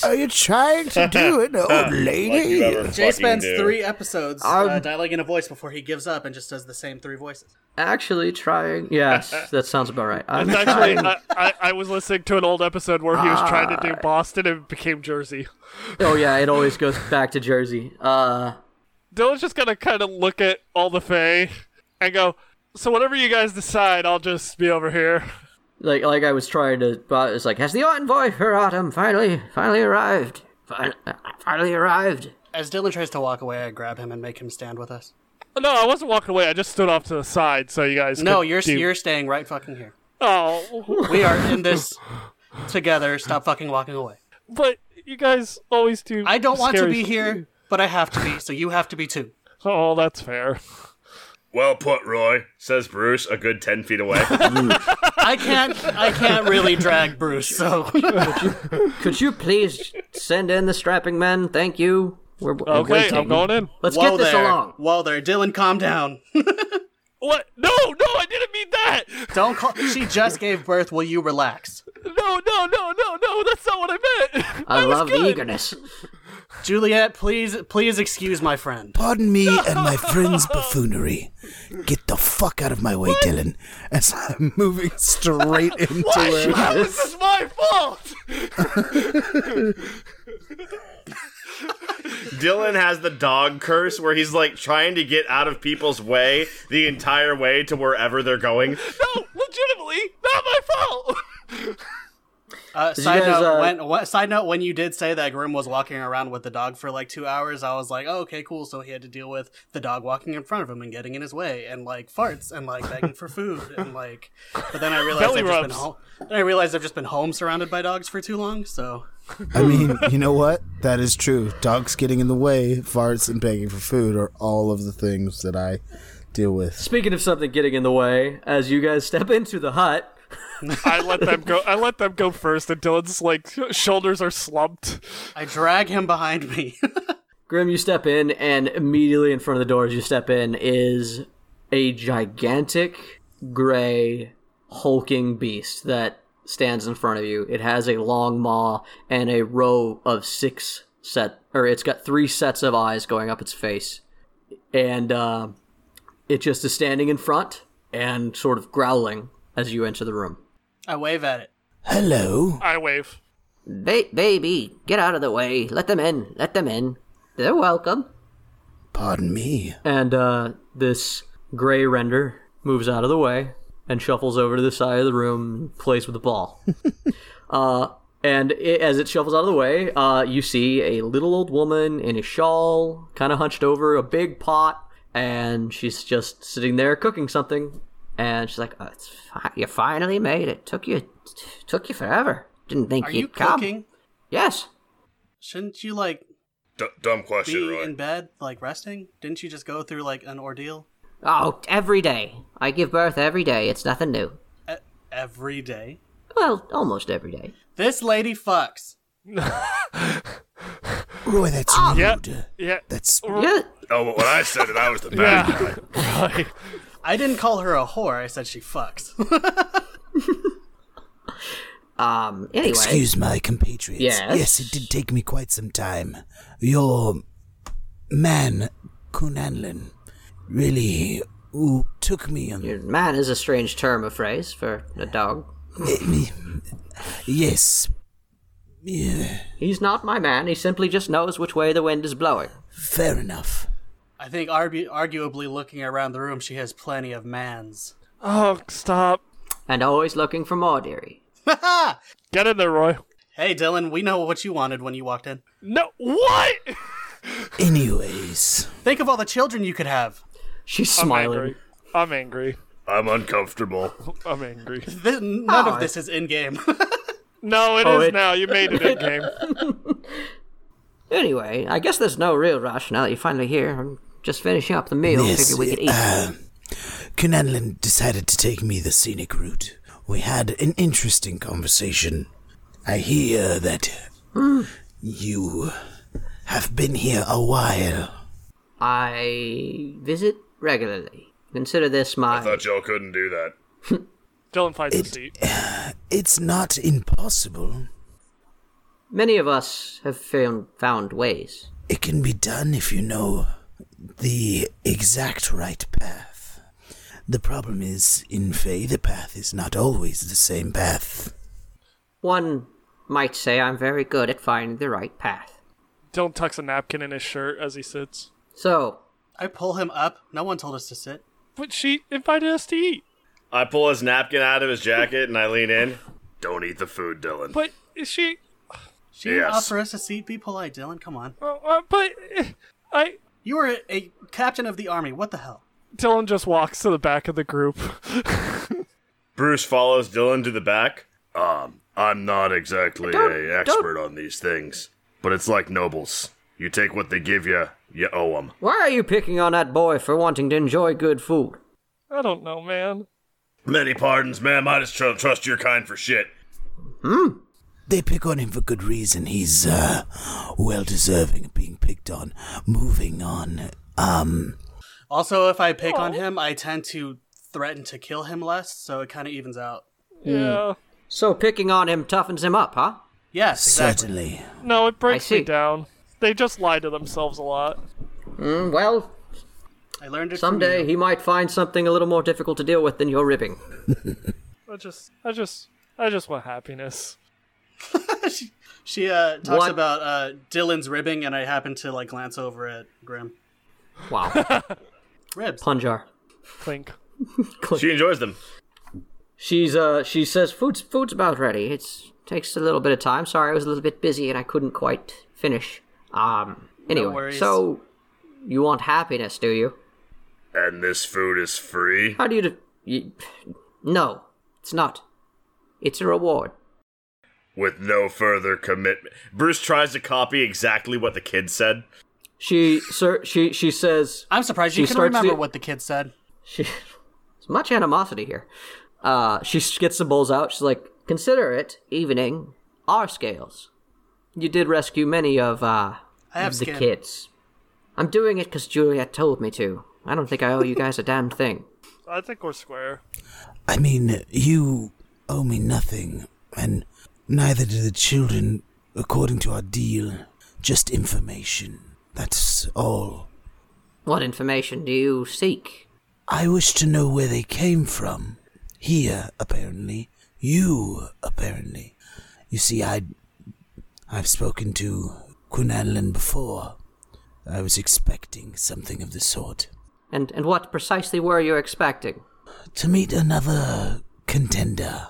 Speaker 5: Are you trying to do it, old lady?
Speaker 3: Jay spends three episodes uh,
Speaker 1: I'm-
Speaker 3: dialing in a voice before he gives up and just does the same three voices.
Speaker 1: actually trying. Yes, that sounds about right. I'm
Speaker 2: It's actually,
Speaker 1: trying-
Speaker 2: I, I, I was listening to an old episode where he was trying to do Boston and it became Jersey.
Speaker 1: oh yeah, it always goes back to Jersey. Uh,
Speaker 2: Dylan's just gonna kind of look at all the Fae and go, so whatever you guys decide, I'll just be over here.
Speaker 1: like like I was trying to. But it's like, has the envoy for autumn finally finally arrived? Fin- Finally arrived.
Speaker 3: As Dylan tries to walk away, I grab him and make him stand with us.
Speaker 2: No, I wasn't walking away. I just stood off to the side so you guys.
Speaker 3: No,
Speaker 2: could
Speaker 3: you're
Speaker 2: do-
Speaker 3: you're staying right fucking here.
Speaker 2: Oh,
Speaker 3: We are in this together. Stop fucking walking away.
Speaker 2: but you guys always do.
Speaker 3: I don't want to
Speaker 2: scary
Speaker 3: be
Speaker 2: sh-
Speaker 3: here, but I have to be, so you have to be too.
Speaker 2: Oh, that's fair.
Speaker 4: Well put, Roy, says Bruce, a good 10 feet away.
Speaker 3: I can't. I can't really drag Bruce. So
Speaker 1: Could you please send in the strapping man? Thank you. We're we're
Speaker 2: Okay,
Speaker 1: waiting.
Speaker 2: I'm going in.
Speaker 1: Let's
Speaker 3: Whoa
Speaker 1: get this
Speaker 3: there.
Speaker 1: along.
Speaker 3: Whoa there, Dylan, calm down.
Speaker 2: What? No, no, I didn't mean that.
Speaker 3: Don't call. She just gave birth. Will you relax?
Speaker 2: No, no, no, no, no. That's not what I meant.
Speaker 1: I
Speaker 2: That was
Speaker 1: love
Speaker 2: good.
Speaker 1: eagerness.
Speaker 3: Juliet, please, please excuse my friend.
Speaker 5: Pardon me and my friend's buffoonery. Get the fuck out of my way, Dylan, as I'm moving straight into her.
Speaker 2: This is my fault.
Speaker 4: Dylan has the dog curse where he's like trying to get out of people's way the entire way to wherever they're going.
Speaker 2: No, legitimately, not my fault.
Speaker 3: Uh, side
Speaker 1: guys,
Speaker 3: note:
Speaker 1: uh,
Speaker 3: when, wha- side note, when you did say that Grim was walking around with the dog for like two hours, I was like, oh, okay, cool. So he had to deal with the dog walking in front of him and getting in his way, and like farts, and like begging for food, and like. But then I realized
Speaker 2: Belly
Speaker 3: I've just been
Speaker 2: rubs.
Speaker 3: home. Then I realized I've just been home surrounded by dogs for too long. So
Speaker 5: I mean, you know what? That is true. Dogs getting in the way, farts, and begging for food are all of the things that I deal with.
Speaker 1: Speaking of something getting in the way, as you guys step into the hut,
Speaker 2: I let them go. I let them go first until it's like shoulders are slumped.
Speaker 3: I drag him behind me.
Speaker 1: Grim, you step in, and immediately in front of the door as you step in is a gigantic gray hulking beast that stands in front of you. It has a long maw and a row of six set, or it's got three sets of eyes going up its face, and uh, it just is standing in front and sort of growling as you enter the room.
Speaker 3: I wave at it.
Speaker 5: Hello.
Speaker 2: I wave.
Speaker 1: Ba- baby, get out of the way. Let them in. Let them in. They're welcome.
Speaker 5: Pardon me.
Speaker 1: And uh, this gray render moves out of the way and shuffles over to the side of the room, plays with the ball. uh, and it, as it shuffles out of the way, uh, you see a little old woman in a shawl, kind of hunched over a big pot, and she's just sitting there cooking something. And she's like, oh, it's fi- "You finally made it. Took you, took you forever. Didn't think
Speaker 3: Are
Speaker 1: you'd
Speaker 3: you
Speaker 1: come."
Speaker 3: cooking?
Speaker 1: Yes.
Speaker 3: Shouldn't you like
Speaker 4: D- dumb question,
Speaker 3: be
Speaker 4: Roy.
Speaker 3: in bed, like resting? Didn't you just go through like an ordeal
Speaker 1: Oh, every day. I give birth every day. It's nothing new.
Speaker 3: e- every day?
Speaker 1: Well, almost every day.
Speaker 3: This lady fucks.
Speaker 5: Roy, that's
Speaker 2: Yeah.
Speaker 5: rude.
Speaker 2: Yeah.
Speaker 5: That's
Speaker 1: Yeah.
Speaker 4: oh, but when I said it, I was the bad guy.
Speaker 2: Yeah. Right.
Speaker 3: I didn't call her a whore. I said she fucks.
Speaker 1: Um. Anyway.
Speaker 5: Excuse my compatriots.
Speaker 1: Yes?
Speaker 5: it did take me quite some time. Your man, Kunanlin, really ooh, took me on.
Speaker 1: Your man is a strange term of phrase for a dog.
Speaker 5: Yes. Yeah,
Speaker 1: He's not my man. He simply just knows which way the wind is blowing.
Speaker 5: fair enough.
Speaker 3: I think argu- arguably looking around the room, she has plenty of mans.
Speaker 2: Oh, stop.
Speaker 1: And always looking for more, dearie.
Speaker 2: Get in there, Roy.
Speaker 3: Hey, Dylan, we know what you wanted when you walked in.
Speaker 2: No. What?
Speaker 5: Anyways,
Speaker 3: Think of all the children you could have.
Speaker 1: She's
Speaker 2: I'm
Speaker 1: smiling.
Speaker 2: angry. I'm angry.
Speaker 4: I'm uncomfortable.
Speaker 2: I'm angry.
Speaker 3: Th- none
Speaker 1: Aw.
Speaker 3: of this is in game.
Speaker 2: No, it is
Speaker 1: Oh, it-
Speaker 2: now. You made it in game.
Speaker 1: Anyway, I guess there's no real rush now that you're finally here. I'm just finishing up the meal.
Speaker 5: yes,
Speaker 1: Figured we could eat.
Speaker 5: uh, Kunanlin decided to take me the scenic route. We had an interesting conversation. I hear that you have been here a while.
Speaker 1: I visit regularly. Consider this
Speaker 4: I
Speaker 1: my.
Speaker 4: thought y'all couldn't do that.
Speaker 2: Dylan finds a seat.
Speaker 5: It's not impossible.
Speaker 1: Many of us have found found ways.
Speaker 5: It can be done if you know the exact right path. The problem is, in Fae, the path is not always the same path.
Speaker 1: One might say I'm very good at finding the right path.
Speaker 2: Dylan tucks a napkin in his shirt as he sits.
Speaker 1: So,
Speaker 3: I pull him up. No one told us to sit.
Speaker 2: But she invited us to eat.
Speaker 4: I pull his napkin out of his jacket and I lean in. Don't eat the food, Dylan.
Speaker 2: But she.
Speaker 3: She didn't
Speaker 4: Yes.
Speaker 3: offer us a seat. Be polite, Dylan. Come on.
Speaker 2: Uh, uh, but I.
Speaker 3: You were a, a captain of the army. What the hell?
Speaker 2: Dylan just walks to the back of the group.
Speaker 4: Bruce follows Dylan to the back. Um, I'm not exactly a expert on these things, but it's like nobles.
Speaker 6: You take what they give you, you owe them.
Speaker 7: Why are you picking on that boy for wanting to enjoy good food?
Speaker 2: I don't know, man.
Speaker 6: Many pardons, ma'am. I just tr- trust your kind for shit.
Speaker 5: They pick on him for good reason. He's uh, well deserving of being picked on. Moving on. Um,
Speaker 3: Also, if I pick on him, I tend to threaten to kill him less, so it kind of evens out.
Speaker 2: Yeah.
Speaker 7: So picking on him toughens him up, huh?
Speaker 3: Yes, exactly.
Speaker 5: certainly.
Speaker 2: No, it breaks
Speaker 7: I
Speaker 2: me
Speaker 7: see.
Speaker 2: down. They just lie to themselves a lot.
Speaker 7: Mm, well,
Speaker 3: I learned it from
Speaker 7: someday
Speaker 3: you.
Speaker 7: he might find something a little more difficult to deal with than your ribbing.
Speaker 2: I just, I just, I just want happiness.
Speaker 3: she she uh, talks
Speaker 7: What?
Speaker 3: about uh, Dylan's ribbing, and I happen to like glance over at Grim.
Speaker 7: Wow.
Speaker 3: Ribs.
Speaker 7: Punjar.
Speaker 2: Clink.
Speaker 6: She enjoys them.
Speaker 7: She's uh she says food's food's about ready. It's takes a little bit of time. Sorry, I was a little bit busy and I couldn't quite finish. Um anyway,
Speaker 3: worries.
Speaker 7: so you want happiness, do you?
Speaker 6: And this food is free.
Speaker 7: How do you, de- you No, it's not. It's a reward.
Speaker 6: with no further commitment. Bruce tries to copy exactly what the kid said.
Speaker 7: She sir she she says
Speaker 3: I'm surprised you
Speaker 7: She
Speaker 3: can
Speaker 7: starts
Speaker 3: remember
Speaker 7: the-
Speaker 3: what the kid said.
Speaker 7: She, there's much animosity here. Uh, she gets the bowls out. She's like, "Consider it evening. Our scales. You did rescue many of uh
Speaker 3: I have
Speaker 7: the
Speaker 3: skin.
Speaker 7: kids. I'm doing it because Juliet told me to. I don't think I owe you guys a damned thing.
Speaker 2: I think we're square.
Speaker 5: I mean, you owe me nothing, and neither do the children, according to our deal. Just information. That's all.
Speaker 7: What information do you seek?
Speaker 5: I wish to know where they came from. Here, apparently. You, apparently. You see, I. I've spoken to Quinanlin before. I was expecting something of the sort.
Speaker 7: And and what precisely were you expecting?
Speaker 5: To meet another contender.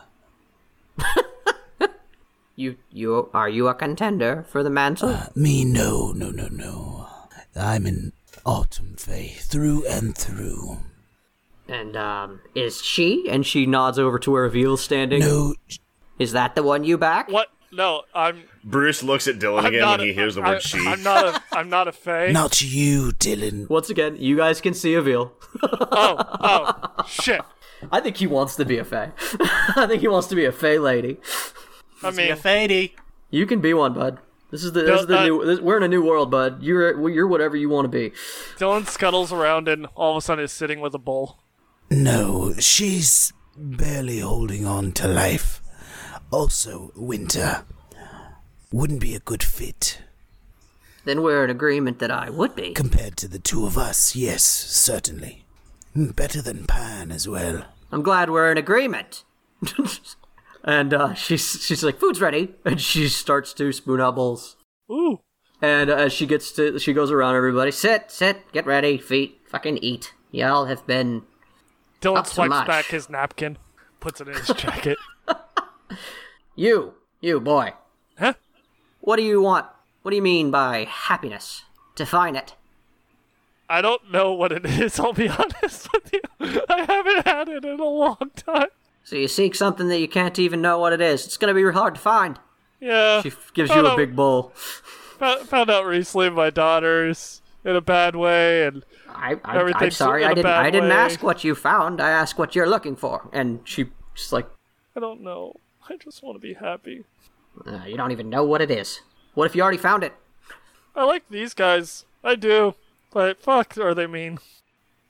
Speaker 7: You you are you a contender for the mantle?
Speaker 5: Me, no, no, no, no. I'm an autumn fae, through and through.
Speaker 7: and um, is she? And she nods over to where Aveal's standing.
Speaker 5: No,
Speaker 7: Is that the one you back?
Speaker 2: What? No, I'm.
Speaker 6: Bruce looks at Dylan
Speaker 2: I'm
Speaker 6: again
Speaker 2: not.
Speaker 6: when he
Speaker 2: a-
Speaker 6: hears the
Speaker 2: I-
Speaker 6: word she.
Speaker 2: I'm not a. I'm not a fae.
Speaker 5: not you, Dylan.
Speaker 7: Once again, you guys can see Avil.
Speaker 2: Oh, oh, shit.
Speaker 7: I think he wants to be a fae. I think he wants to be a fae lady.
Speaker 2: I
Speaker 3: Be a
Speaker 2: mean,
Speaker 3: fady.
Speaker 7: You can be one, bud. This is the, this is the
Speaker 2: Uh,
Speaker 7: new. This, we're in a new world, bud. You're you're whatever you want to be.
Speaker 2: Dylan scuttles around and all of a sudden is sitting with a bowl.
Speaker 5: No, she's barely holding on to life. Also, winter wouldn't be a good fit
Speaker 7: Then we're in agreement that I would be.
Speaker 5: compared to the two of us. Yes, certainly. Hmm, Better than Pan as well.
Speaker 7: I'm glad we're in agreement. and uh, she's she's like, food's ready, and she starts to spoon out bowls.
Speaker 2: Ooh.
Speaker 7: And uh, as she gets to, she goes around everybody. Sit, sit, get ready, feet, fucking eat. Y'all have been
Speaker 2: Dylan
Speaker 7: Not so
Speaker 2: swipes
Speaker 7: much.
Speaker 2: back his napkin, puts it in his jacket.
Speaker 7: you, you boy.
Speaker 2: huh?
Speaker 7: What do you want? What do you mean by happiness? Define it.
Speaker 2: I don't know what it is, I'll be honest with you. I haven't had it in a long time.
Speaker 7: So you seek something that you can't even know what it is. It's gonna be hard to find.
Speaker 2: Yeah.
Speaker 7: She f- gives
Speaker 2: Oh,
Speaker 7: you a
Speaker 2: no.
Speaker 7: big bowl.
Speaker 2: Fou- found out recently my daughter's in a bad way, and
Speaker 7: I, I, I'm
Speaker 2: Everything's
Speaker 7: sorry,
Speaker 2: in
Speaker 7: I
Speaker 2: a
Speaker 7: didn't.
Speaker 2: bad
Speaker 7: I didn't
Speaker 2: way.
Speaker 7: ask what you found. I asked what you're looking for. And she just like,
Speaker 2: I don't know. I just want to be happy.
Speaker 7: uh, you don't even know what it is. What if you already found it?
Speaker 2: I like these guys. I do. But fuck, are they mean?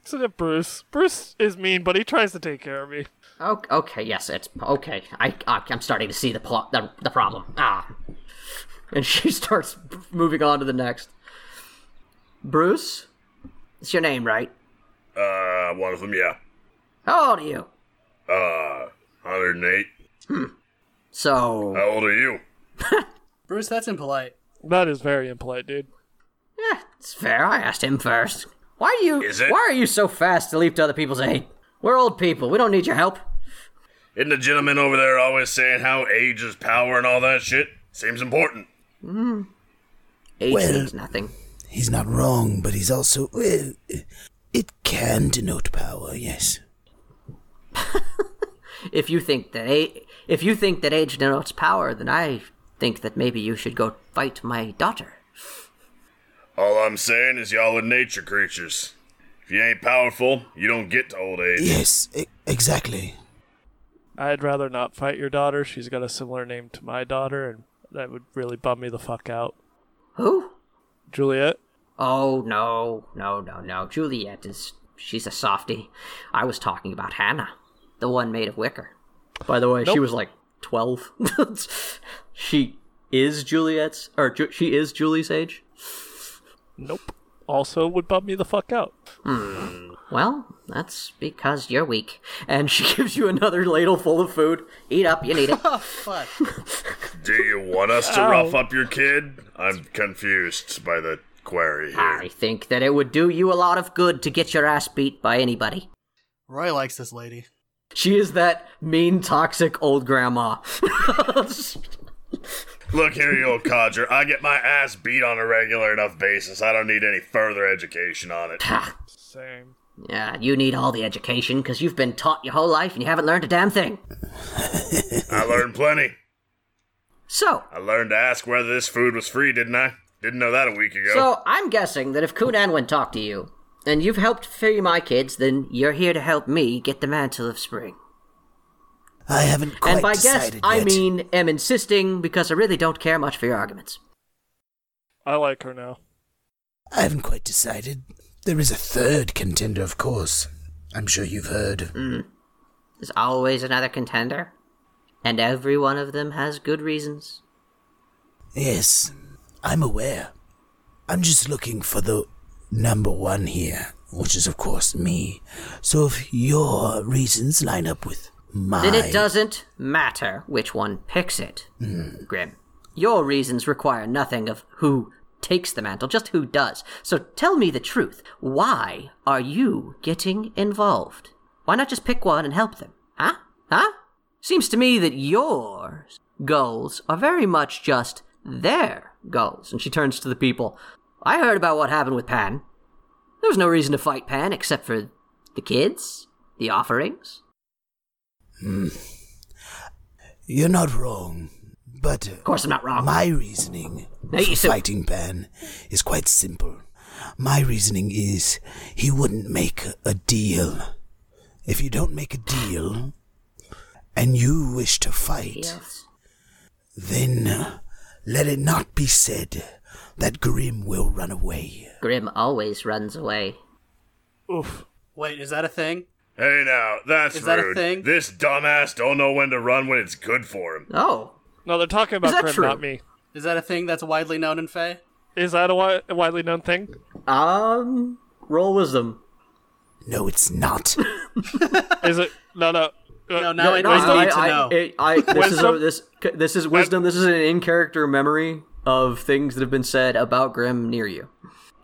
Speaker 2: Isn't it Bruce? Bruce is mean, but he tries to take care of me.
Speaker 7: Okay, okay yes, it's okay. I, I I'm starting to see the plot, the, the problem. Ah, and she starts moving on to the next. Bruce, it's your name, right?
Speaker 6: Uh, one of them, yeah.
Speaker 7: How old are you?
Speaker 6: Uh, 108.
Speaker 7: So
Speaker 6: How old are you?
Speaker 3: Bruce, that's impolite.
Speaker 2: That is very impolite, dude.
Speaker 7: Eh, it's fair. I asked him first. Why do you?
Speaker 6: Is it?
Speaker 7: Why are you so fast to leap to other people's aid? We're old people. We don't need your help.
Speaker 6: Isn't the gentleman over there always saying how age is power and all that shit? Seems important.
Speaker 7: Age
Speaker 5: Well-
Speaker 7: means nothing.
Speaker 5: He's not wrong, but he's also. Well, it can denote power, yes.
Speaker 7: If you think that a- if you think that age denotes power, then I think that maybe you should go fight my daughter.
Speaker 4: All I'm saying is y'all are nature creatures. If you ain't powerful, you don't get to old age.
Speaker 5: Yes, e- exactly.
Speaker 2: I'd rather not fight your daughter. She's got a similar name to my daughter, and that would really bum me the fuck out.
Speaker 7: Who?
Speaker 2: Juliet,
Speaker 7: Oh, no, no, no, no. Juliet is. She's a softie. I was talking about Hannah, the one made of wicker.
Speaker 1: By the way, she
Speaker 2: Nope.
Speaker 1: was like 12. she is Juliet's, or Ju- she is Julie's age.
Speaker 2: nope. Also would bum me the fuck out.
Speaker 7: Well, that's because you're weak. And she gives you another ladle full of food. Eat up, you need it.
Speaker 3: Oh fuck!
Speaker 4: Do you want us to
Speaker 2: Ow.
Speaker 4: rough up your kid? I'm confused by the query here.
Speaker 7: I think that it would do you a lot of good to get your ass beat by anybody.
Speaker 3: Roy likes this lady.
Speaker 1: She is that mean, toxic old grandma.
Speaker 4: Look here, you old codger. I get my ass beat on a regular enough basis. I don't need any further education on it.
Speaker 7: Ah,
Speaker 2: Same.
Speaker 7: Yeah, you need all the education because you've been taught your whole life and you haven't learned a damn thing.
Speaker 4: I learned plenty.
Speaker 7: So,
Speaker 4: I learned to ask whether this food was free, didn't I? Didn't know that a week ago.
Speaker 7: so I'm guessing that if Kun Anwen talked to you and you've helped free my kids, then you're here to help me get the mantle of spring.
Speaker 5: I haven't quite
Speaker 7: and by guess,
Speaker 5: decided
Speaker 7: I
Speaker 5: yet.
Speaker 7: mean am insisting because I really don't care much for your arguments.
Speaker 2: I like her now.
Speaker 5: I haven't quite decided. There is a third contender, of course. I'm sure you've heard.
Speaker 7: Mm. There's always another contender, and every one of them has good reasons.
Speaker 5: Yes, I'm aware. I'm just looking for the number one here, which is, of course, me. So if your reasons line up with mine.
Speaker 7: Then it doesn't matter which one picks it, Grim. Your reasons require nothing of who takes the mantle, just who does. So tell me the truth. Why are you getting involved? Why not just pick one and help them? Huh? Huh? Seems to me that your goals are very much just their goals. And she turns to the people. I heard about what happened with Pan. There was no reason to fight Pan except for the kids, the offerings.
Speaker 5: hmm, You're not wrong, but.
Speaker 7: Of course, I'm not wrong.
Speaker 5: My reasoning
Speaker 7: Hey,
Speaker 5: for
Speaker 7: so-
Speaker 5: fighting Pan is quite simple. My reasoning is he wouldn't make a deal. If you don't make a deal, and you wish to fight,
Speaker 7: Yes.
Speaker 5: then uh, let it not be said that Grim will run away.
Speaker 7: Grim always runs away.
Speaker 2: Oof.
Speaker 3: Wait, is that a thing?
Speaker 4: hey now, that's
Speaker 3: Is
Speaker 4: rude.
Speaker 3: that a thing?
Speaker 4: This dumbass don't know when to run when it's good for him.
Speaker 7: Oh,
Speaker 2: No, they're talking about
Speaker 1: that
Speaker 2: Grim,
Speaker 1: true?
Speaker 2: not me.
Speaker 3: Is that a thing that's widely known in Fae?
Speaker 2: Is that a wi- a widely known thing?
Speaker 1: Um, roll wisdom.
Speaker 5: No, it's not.
Speaker 2: Is it? No, no. Uh,
Speaker 3: No, now I
Speaker 1: No,
Speaker 3: just
Speaker 1: I-
Speaker 3: need to
Speaker 1: I-
Speaker 3: know.
Speaker 1: it- I- this, is a,
Speaker 2: Wisdom?
Speaker 1: this, this is wisdom. This is an in character memory of things that have been said about Grim near you.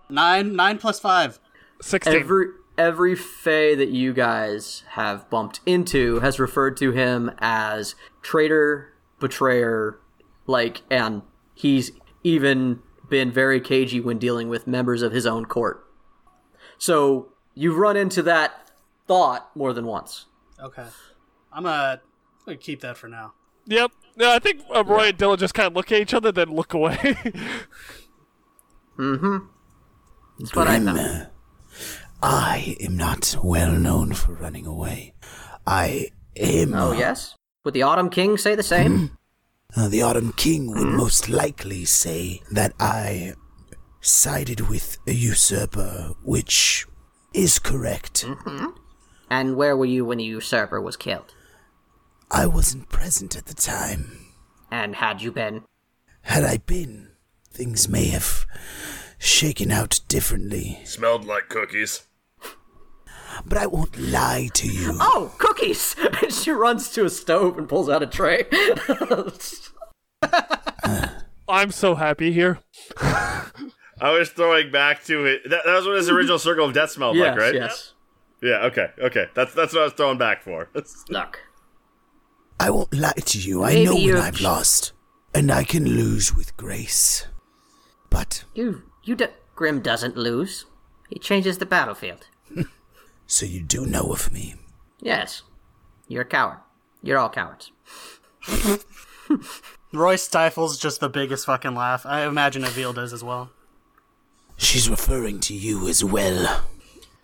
Speaker 3: nine, nine plus five.
Speaker 2: Sixteen.
Speaker 1: Every every Fey that you guys have bumped into has referred to him as traitor, betrayer, like, and he's even been very cagey when dealing with members of his own court. So you've run into that thought more than once.
Speaker 3: Okay, I'm gonna, I'm gonna keep that for now.
Speaker 2: Yep. No, I think uh, Roy and Dylan just kind of look at each other, then look away.
Speaker 7: that's what I
Speaker 5: Grim,
Speaker 7: thought.
Speaker 5: uh, I am not well known for running away. I am.
Speaker 7: Oh, yes? Would the Autumn King say the same?
Speaker 5: Uh, the Autumn King would
Speaker 7: Mm-hmm.
Speaker 5: most likely say that I sided with a usurper, which is correct.
Speaker 7: Mm-hmm. and where were you when the usurper was killed?
Speaker 5: I wasn't present at the time.
Speaker 7: And had you been?
Speaker 5: Had I been, things may have shaken out differently.
Speaker 4: Smelled like cookies.
Speaker 5: But I won't lie to you.
Speaker 1: Oh, cookies! And she runs to a stove and pulls out a tray.
Speaker 2: I'm so happy here.
Speaker 4: I was throwing back to it. That, that was what his original circle of death smelled
Speaker 1: yes,
Speaker 4: like, right?
Speaker 1: yes.
Speaker 4: Yeah. Okay. Okay. That's that's what I was throwing back for.
Speaker 7: Look,
Speaker 5: I won't lie to you. I
Speaker 7: Maybe
Speaker 5: know when
Speaker 7: you're-
Speaker 5: I've lost, and I can lose with grace. But
Speaker 7: you. you do- Grim doesn't lose, he changes the battlefield.
Speaker 5: so you do know of me.
Speaker 7: Yes. You're a coward. You're all cowards.
Speaker 3: Roy stifles just the biggest fucking laugh. I imagine Avil does as well.
Speaker 5: She's referring to you as well.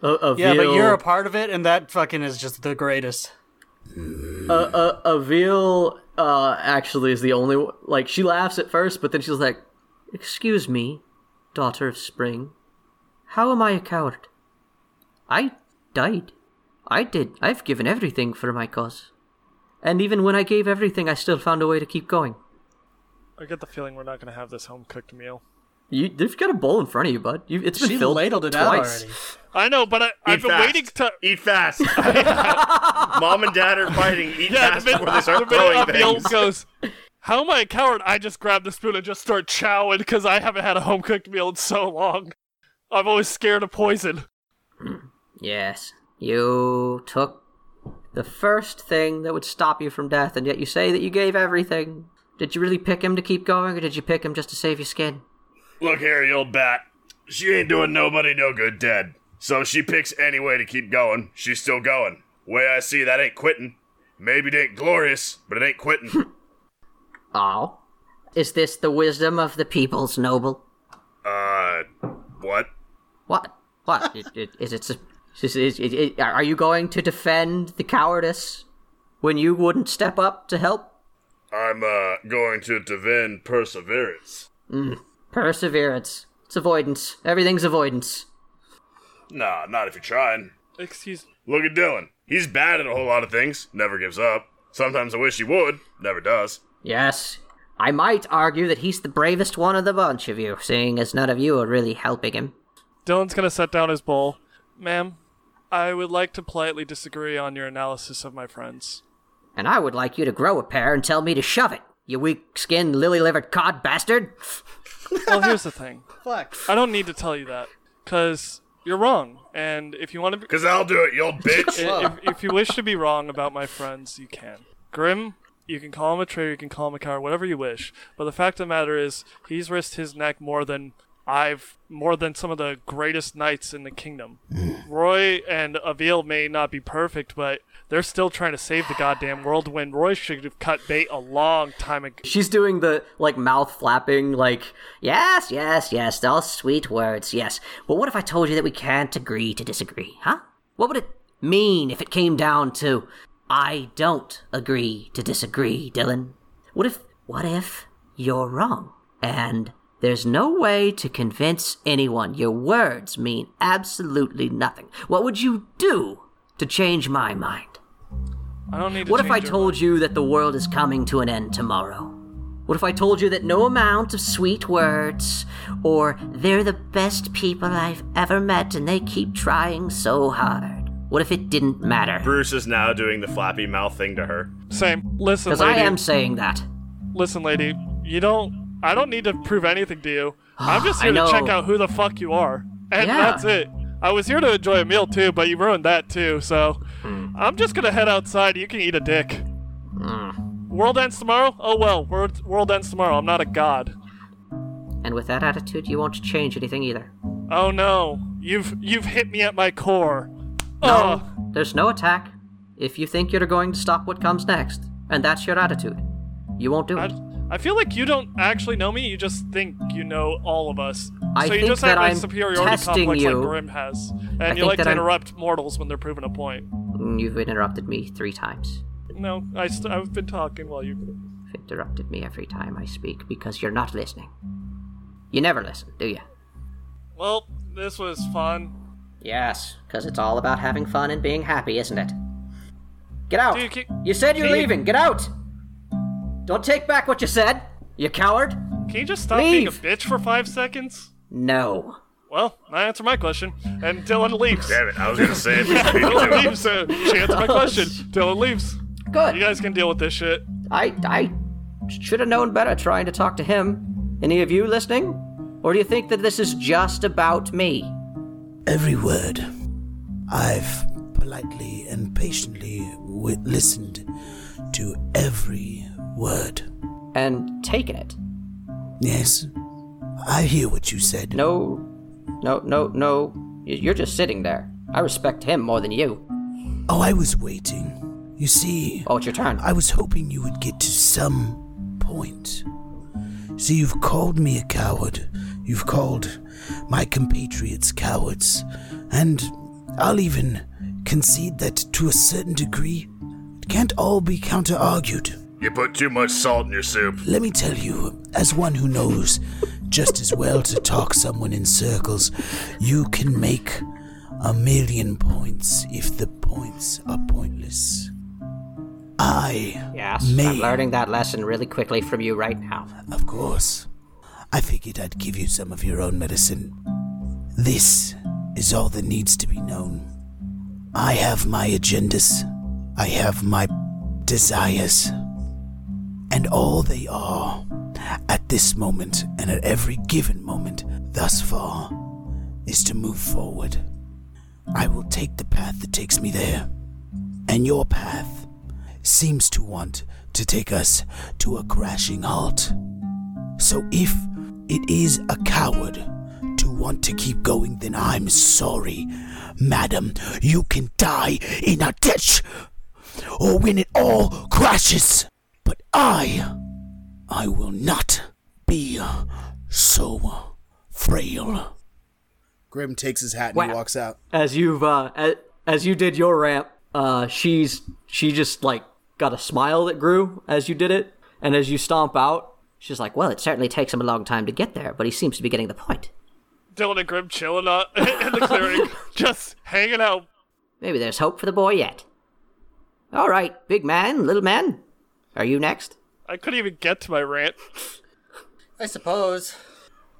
Speaker 1: A, a
Speaker 3: Yeah,
Speaker 1: veal,
Speaker 3: but you're a part of it, and that fucking is just the greatest.
Speaker 1: a veal. Uh, actually, is the only one- like she laughs at first, but then she's like,
Speaker 7: Excuse me, daughter of spring. How am I a coward? I died. I did. I've given everything for my cause. And even when I gave everything, I still found a way to keep going.
Speaker 2: I get the feeling we're not going to have this home cooked meal.
Speaker 1: "You, you've got a bowl in front of you, bud. You, it's been
Speaker 3: She
Speaker 1: filled
Speaker 3: ladled it out
Speaker 1: twice.
Speaker 3: already.
Speaker 2: I know, but I, I've been waiting to.
Speaker 4: Eat fast. Mom and dad are fighting. Eat
Speaker 2: Yeah,
Speaker 4: fast
Speaker 2: the minute,
Speaker 4: before they
Speaker 2: the
Speaker 4: start
Speaker 2: minute
Speaker 4: throwing
Speaker 2: a meal
Speaker 4: things.
Speaker 2: goes, how am I a coward? I just grab the spoon and just start chowing because I haven't had a home cooked meal in so long. I'm always scared of poison.
Speaker 7: Yes, you took the first thing that would stop you from death, and yet you say that you gave everything. Did you really pick him to keep going, or did you pick him just to save your skin?
Speaker 4: Look here, you old bat. She ain't doing nobody no good dead. So if she picks any way to keep going, she's still going. Way I see that ain't quitting. Maybe it ain't glorious, but it ain't quitting.
Speaker 7: Oh. Is this the wisdom of the people's noble?
Speaker 4: uh, what?
Speaker 7: What? What? It- it- is it, is, is, is, is- Are you going to defend the cowardice when you wouldn't step up to help?
Speaker 4: I'm, uh, going to defend perseverance.
Speaker 7: Perseverance. It's avoidance. Everything's avoidance.
Speaker 4: Nah, not if you're trying.
Speaker 2: Excuse
Speaker 4: Look at Dylan. He's bad at a whole lot of things, never gives up. Sometimes I wish he would, never does.
Speaker 7: Yes. I might argue that he's the bravest one of the bunch of you, seeing as none of you are really helping him.
Speaker 2: Dylan's going to set down his bowl. Ma'am, I would like to politely disagree on your analysis of my friends.
Speaker 7: And I would like you to grow a pair and tell me to shove it, you weak skinned, lily livered cod bastard.
Speaker 2: Well, here's the thing.
Speaker 3: Fuck.
Speaker 2: I don't need to tell you that because you're wrong. And if you want to be,
Speaker 4: Cause I'll do it, you old bitch.
Speaker 2: if, if you wish to be wrong about my friends, you can. Grim, you can call him a traitor, you can call him a coward, whatever you wish. But the fact of the matter is, he's risked his neck more than I've, more than some of the greatest knights in the kingdom. Roy and Avil may not be perfect, but they're still trying to save the goddamn world when Roy should have cut bait a long time ago.
Speaker 1: She's doing the like mouth flapping, like
Speaker 7: Yes, yes, yes, all sweet words, yes. But what if I told you that we can't agree to disagree, huh? What would it mean if it came down to I don't agree to disagree, Dylan? What if what if you're wrong? And there's no way to convince anyone. Your words mean absolutely nothing. What would you do to change my mind?
Speaker 2: I don't need to
Speaker 7: What if I
Speaker 2: change your
Speaker 7: told you that the world is coming to an end tomorrow? What if I told you that no amount of sweet words or they're the best people I've ever met and they keep trying so hard? What if it didn't matter?
Speaker 4: Bruce is now doing the flappy mouth thing to her.
Speaker 2: Same. Listen,
Speaker 7: Because
Speaker 2: lady.
Speaker 7: I am saying that.
Speaker 2: Listen, lady. You don't. I don't need to prove anything to you. I'm just
Speaker 7: Ah, I
Speaker 2: here to check
Speaker 7: know.
Speaker 2: out who the fuck you are, and
Speaker 7: Yeah.
Speaker 2: that's it. I was here to enjoy a meal too, but you ruined that too. So
Speaker 7: Hmm.
Speaker 2: I'm just gonna head outside. You can eat a dick. World ends tomorrow. Oh well, world world ends tomorrow. I'm not a god.
Speaker 7: And with that attitude, you won't change anything either.
Speaker 2: Oh no, you've you've hit me at my core. Ugh.
Speaker 7: There's no attack if you think you're going to stop what comes next, and that's your attitude. You won't do it.
Speaker 2: I, I feel like you don't actually know me. You just think you know all of us.
Speaker 7: I
Speaker 2: so you
Speaker 7: think
Speaker 2: just
Speaker 7: that
Speaker 2: have a
Speaker 7: I'm
Speaker 2: superiority
Speaker 7: testing
Speaker 2: complex
Speaker 7: you.
Speaker 2: like Grim has, and
Speaker 7: I
Speaker 2: you
Speaker 7: think
Speaker 2: like
Speaker 7: that
Speaker 2: to
Speaker 7: I'm-
Speaker 2: interrupt mortals when they're proving a point.
Speaker 7: You've interrupted me three times.
Speaker 2: No, I st- I've been talking while you.
Speaker 7: You've interrupted me every time I speak because you're not listening. You never listen, do you?
Speaker 2: Well, this was fun.
Speaker 7: Yes, because it's all about having fun and being happy, isn't it? Get out!
Speaker 2: Dude, can-
Speaker 7: you said you're
Speaker 2: can you-
Speaker 7: leaving! Get out! Don't take back what you said, you coward!
Speaker 2: Can you just stop
Speaker 7: Leave.
Speaker 2: being a bitch for five seconds?
Speaker 7: No.
Speaker 2: Well, I answer my question, and Dylan leaves.
Speaker 4: Damn it, I was gonna say it.
Speaker 2: Dylan leaves. Uh, she answered my question. Dylan leaves. You
Speaker 7: Good.
Speaker 2: guys can deal with this shit.
Speaker 7: I, I should have known better trying to talk to him. Any of you listening? Or do you think that this is just about me?
Speaker 5: Every word I've politely and patiently wi- listened to every word.
Speaker 7: And taken it?
Speaker 5: Yes, I hear what you said.
Speaker 7: No, no, no, no. Y- You're just sitting there. I respect him more than you.
Speaker 5: Oh, I was waiting. You see,
Speaker 7: Oh, it's your turn.
Speaker 5: I was hoping you would get to some point. See, you've called me a coward. You've called my compatriots cowards, and I'll even concede that to a certain degree, it can't all be counter argued.
Speaker 6: You put too much salt in your soup.
Speaker 5: Let me tell you, as one who knows just as well to talk someone in circles, you can make a million points if the points are pointless. I,
Speaker 7: Yes,
Speaker 5: May.
Speaker 7: I'm learning that lesson really quickly from you right now.
Speaker 5: of course, I figured I'd give you some of your own medicine. This is all that needs to be known. I have my agendas, I have my desires, and all they are at this moment and at every given moment thus far is to move forward. I will take the path that takes me there, and your path seems to want to take us to a crashing halt. So if it is a coward to want to keep going, then I'm sorry, madam. You can die in a ditch or when it all crashes. But I, I will not be so frail.
Speaker 8: Grim takes his hat and he
Speaker 7: Wow.
Speaker 8: walks out.
Speaker 1: As you've uh, as, as you did your ramp, uh, she's she just like got a smile that grew as you did it, and as you stomp out,
Speaker 7: She's like, well, it certainly takes him a long time to get there, but he seems to be getting the point.
Speaker 2: Dylan and Grim chilling out in the clearing, just hanging out.
Speaker 7: Maybe there's hope for the boy yet. All right, big man, little man, are you next?
Speaker 2: I couldn't even get to my rant.
Speaker 7: I suppose.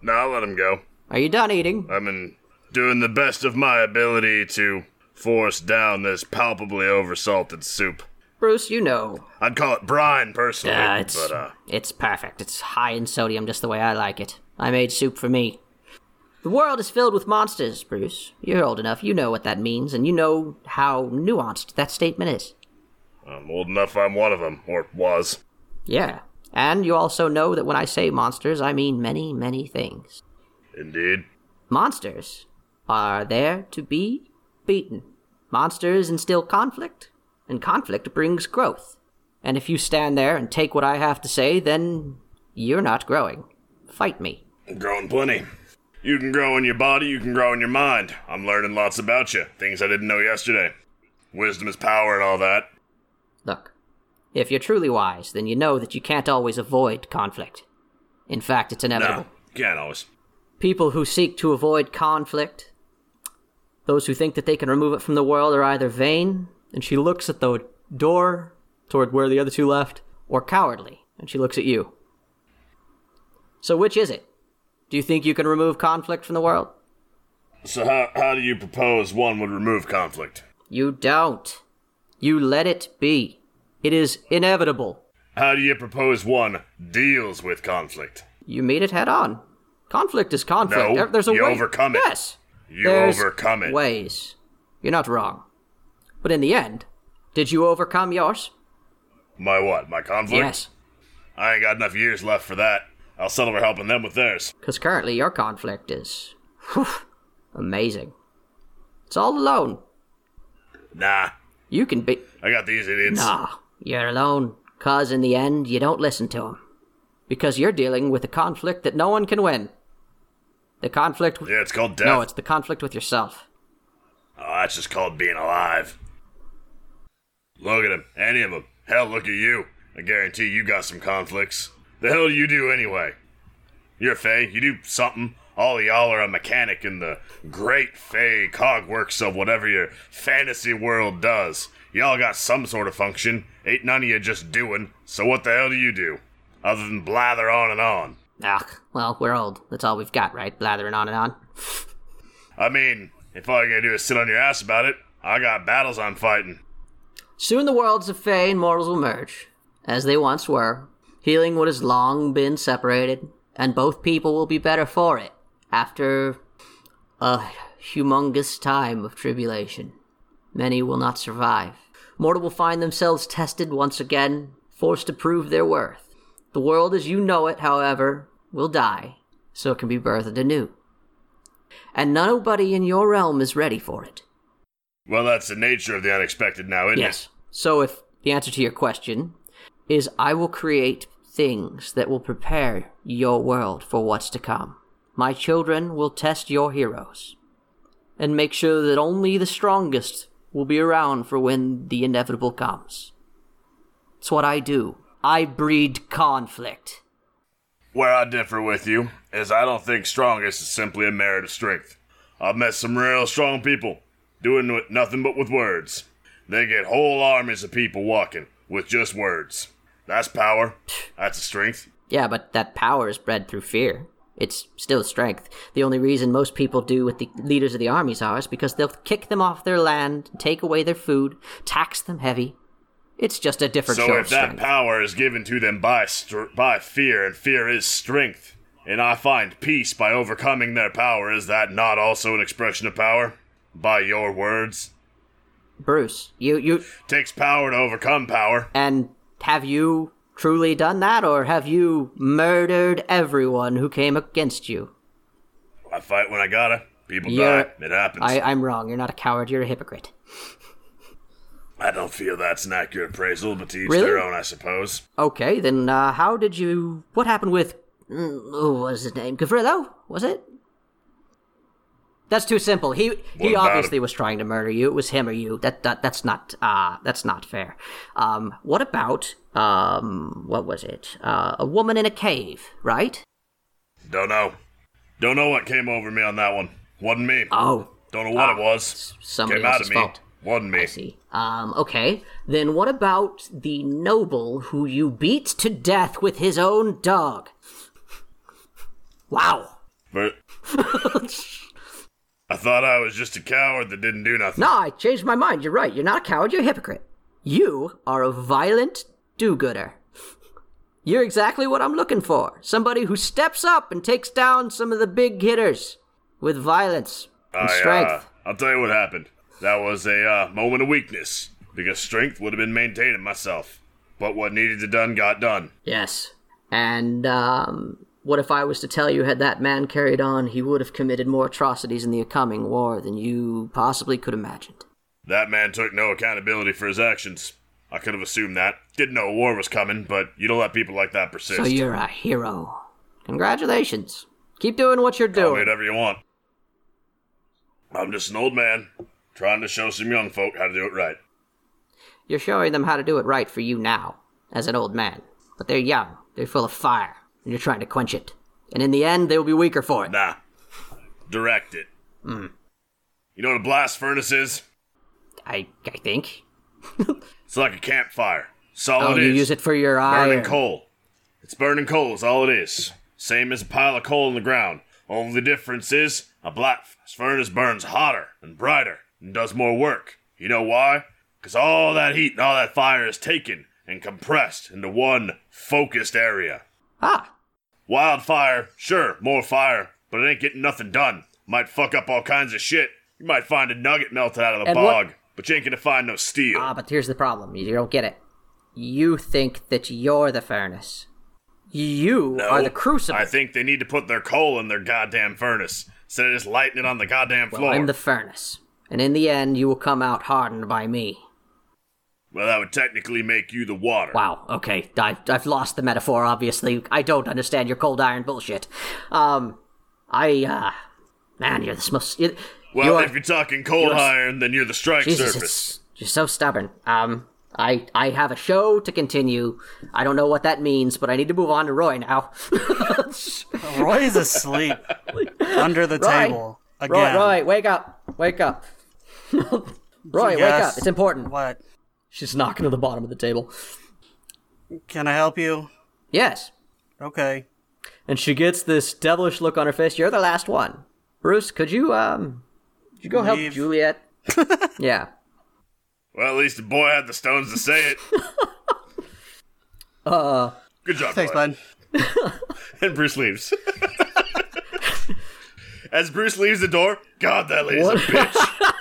Speaker 6: Nah, let him go.
Speaker 7: Are you done eating?
Speaker 6: I've been doing the best of my ability to force down this palpably oversalted soup.
Speaker 7: Bruce, you know.
Speaker 6: I'd call it brine personally,
Speaker 7: Uh, it's,
Speaker 6: but uh,
Speaker 7: it's perfect. It's high in sodium, just the way I like it. I made soup for me. The world is filled with monsters, Bruce. You're old enough, you know what that means, and you know how nuanced that statement is.
Speaker 6: I'm old enough. I'm one of them, or was.
Speaker 7: Yeah. And you also know that when I say monsters, I mean many, many things.
Speaker 6: Indeed.
Speaker 7: Monsters are there to be beaten. Monsters instill conflict, and conflict brings growth. And if you stand there and take what I have to say, then you're not growing. Fight me.
Speaker 6: I'm growing plenty. You can grow in your body, you can grow in your mind. I'm learning lots about you, things I didn't know yesterday. Wisdom is power and all that.
Speaker 7: Look, if you're truly wise, then you know that you can't always avoid conflict. In fact, it's inevitable.
Speaker 6: No, can't always.
Speaker 7: People who seek to avoid conflict, those who think that they can remove it from the world, are either vain, and she looks at the door toward where the other two left, or cowardly, and she looks at you. So, which is it? Do you think you can remove conflict from the world?
Speaker 6: So how how do you propose one would remove conflict?
Speaker 7: You don't. You let it be. It is inevitable.
Speaker 6: How do you propose one deals with conflict?
Speaker 7: You meet it head on. Conflict is conflict.
Speaker 6: No,
Speaker 7: There- There's a
Speaker 6: you
Speaker 7: way.
Speaker 6: overcome it.
Speaker 7: Yes.
Speaker 6: You
Speaker 7: There's
Speaker 6: overcome it.
Speaker 7: Ways. You're not wrong. But in the end, did you overcome yours?
Speaker 6: My what? My conflict?
Speaker 7: Yes.
Speaker 6: I ain't got enough years left for that. I'll settle for helping them with theirs.
Speaker 7: Because currently your conflict is whew, amazing. It's all alone.
Speaker 6: Nah,
Speaker 7: You can be.
Speaker 6: I got these idiots.
Speaker 7: Nah, you're alone. Because in the end, you don't listen to him. Because you're dealing with a conflict that no one can win. The conflict.
Speaker 6: Yeah, it's called death.
Speaker 7: no, it's the conflict with yourself.
Speaker 6: Oh, that's just called being alive. Look at him. Any of them. Hell, look at you. I guarantee you got some conflicts. The hell do you do anyway? You're a Fae. You do something. All of y'all are a mechanic in the great Fae cogworks of whatever your fantasy world does. Y'all got some sort of function. Ain't none of you just doing. So what the hell do you do? Other than blather on and on.
Speaker 7: Ugh, well, we're old. That's all we've got, right? Blathering on and on.
Speaker 6: I mean, if all you're gonna do is sit on your ass about it, I got battles I'm fighting.
Speaker 7: Soon the worlds of Fae and mortals will merge, as they once were, healing what has long been separated, and both people will be better for it after a humongous time of tribulation. Many will not survive. Mortal will find themselves tested once again, forced to prove their worth. The world as you know it, however, will die, so it can be birthed anew. And nobody in your realm is ready for it.
Speaker 6: Well, that's the nature of the unexpected now, isn't it?
Speaker 7: Yes. So if the answer to your question is I will create things that will prepare your world for what's to come. My children will test your heroes and make sure that only the strongest will be around for when the inevitable comes. It's what I do. I breed conflict.
Speaker 6: Where I differ with you is I don't think strongest is simply a merit of strength. I've met some real strong people doing with nothing but with words. They get whole armies of people walking with just words. That's power. That's a strength.
Speaker 7: Yeah, but that power is bred through fear. It's still strength. The only reason most people do what the leaders of the armies are is because they'll kick them off their land, take away their food, tax them heavy. It's just a different
Speaker 6: so
Speaker 7: sort
Speaker 6: if
Speaker 7: of
Speaker 6: that
Speaker 7: strength.
Speaker 6: power is given to them by str- by fear, and fear is strength, and I find peace by overcoming their power, is that not also an expression of power? By your words,
Speaker 7: Bruce, you you
Speaker 6: takes power to overcome power.
Speaker 7: and have you truly done that or have you murdered everyone who came against you?
Speaker 6: I fight when I gotta. People
Speaker 7: You're-
Speaker 6: die. It happens.
Speaker 7: I,
Speaker 6: I,
Speaker 7: I'm wrong. You're not a coward. You're a hypocrite.
Speaker 6: don't feel that's an accurate appraisal, but to each
Speaker 7: Really?
Speaker 6: their own, I suppose.
Speaker 7: Okay, then uh, how did you? What happened with? mm, Oh, what is his name? Gavrillo? Was it? That's too simple. He he
Speaker 6: about
Speaker 7: obviously
Speaker 6: him?
Speaker 7: was trying to murder you. It was him or you. That that that's not uh that's not fair. Um, what about um what was it? Uh, a woman in a cave, right?
Speaker 6: Don't know. Don't know what came over me on that one. Wasn't me.
Speaker 7: Oh,
Speaker 6: don't know what it was.
Speaker 7: somebody
Speaker 6: came out
Speaker 7: else's
Speaker 6: of me.
Speaker 7: fault.
Speaker 6: Wasn't me.
Speaker 7: I see. Um, okay. Then what about the noble who you beat to death with his own dog? Wow.
Speaker 6: But I thought I was just a coward that didn't do nothing.
Speaker 7: No, I changed my mind. You're right. You're not a coward. You're a hypocrite. You are a violent do gooder. You're exactly what I'm looking for somebody who steps up and takes down some of the big hitters with violence and
Speaker 6: I, uh,
Speaker 7: strength.
Speaker 6: I'll tell you what happened. That was a uh, moment of weakness because strength would have been maintaining myself. But what needed to done got done.
Speaker 7: Yes. And um, what if I was to tell you had that man carried on, he would have committed more atrocities in the coming war than you possibly could imagined?
Speaker 6: That man took no accountability for his actions. I could have assumed that. Didn't know a war was coming, but you don't let people like that persist.
Speaker 7: So you're a hero. Congratulations. Keep doing what you're
Speaker 6: Call me
Speaker 7: doing.
Speaker 6: whatever you want. I'm just an old man trying to show some young folk how to do it right.
Speaker 7: You're showing them how to do it right for you now, as an old man. But they're young, they're full of fire, and you're trying to quench it. And in the end, they will be weaker for it.
Speaker 6: Nah. Direct it.
Speaker 7: Hmm.
Speaker 6: You know what a blast furnace is?
Speaker 7: I, I think.
Speaker 6: It's like a campfire. It's all
Speaker 7: Oh,
Speaker 6: it
Speaker 7: you
Speaker 6: is.
Speaker 7: use it for your iron.
Speaker 6: burning coal. It's burning coal is all it is. Same as a pile of coal in the ground. Only difference is a black furnace burns hotter and brighter and does more work. You know why? Because all that heat and all that fire is taken and compressed into one focused area.
Speaker 7: Ah,
Speaker 6: Wildfire, sure, more fire, but it ain't getting nothing done. Might fuck up all kinds of shit. You might find a nugget melted out of the
Speaker 7: And what-
Speaker 6: bog, but you ain't gonna find no steel.
Speaker 7: Ah, but here's the problem. You don't get it. You think that you're the furnace. You
Speaker 6: No,
Speaker 7: are the crucible.
Speaker 6: I think they need to put their coal in their goddamn furnace instead of just lighting it on the goddamn
Speaker 7: well,
Speaker 6: floor.
Speaker 7: I'm the furnace. And in the end, you will come out hardened by me.
Speaker 6: Well, that would technically make you the water.
Speaker 7: Wow, okay. I've, I've lost the metaphor, obviously. I don't understand your cold iron bullshit. Um, I, uh, man, you're the most. you
Speaker 6: Well,
Speaker 7: you're,
Speaker 6: if you're talking coal
Speaker 7: you're-
Speaker 6: iron, then you're the strike
Speaker 7: Jesus,
Speaker 6: surface.
Speaker 7: it's, you're so stubborn. Um, I, I have a show to continue. I don't know what that means, but I need to move on to Roy now.
Speaker 3: Roy's asleep under the
Speaker 7: Roy.
Speaker 3: table
Speaker 7: Roy,
Speaker 3: again.
Speaker 7: Roy, wake up. Wake up. Roy, wake up.
Speaker 3: Yes.
Speaker 7: It's important.
Speaker 3: What?
Speaker 7: She's knocking to the bottom of the table.
Speaker 3: Can I help you?
Speaker 7: Yes.
Speaker 3: Okay.
Speaker 1: And she gets this devilish look on her face.
Speaker 7: You're the last one. Bruce, could you, um, could you go help
Speaker 3: Leave.
Speaker 7: Juliet? yeah.
Speaker 6: Well, at least the boy had the stones to say it. uh.
Speaker 7: Uh,
Speaker 6: Good job,
Speaker 3: Thanks,
Speaker 6: boy.
Speaker 3: bud.
Speaker 6: And Bruce leaves. As Bruce leaves the door, God, that lady's a bitch.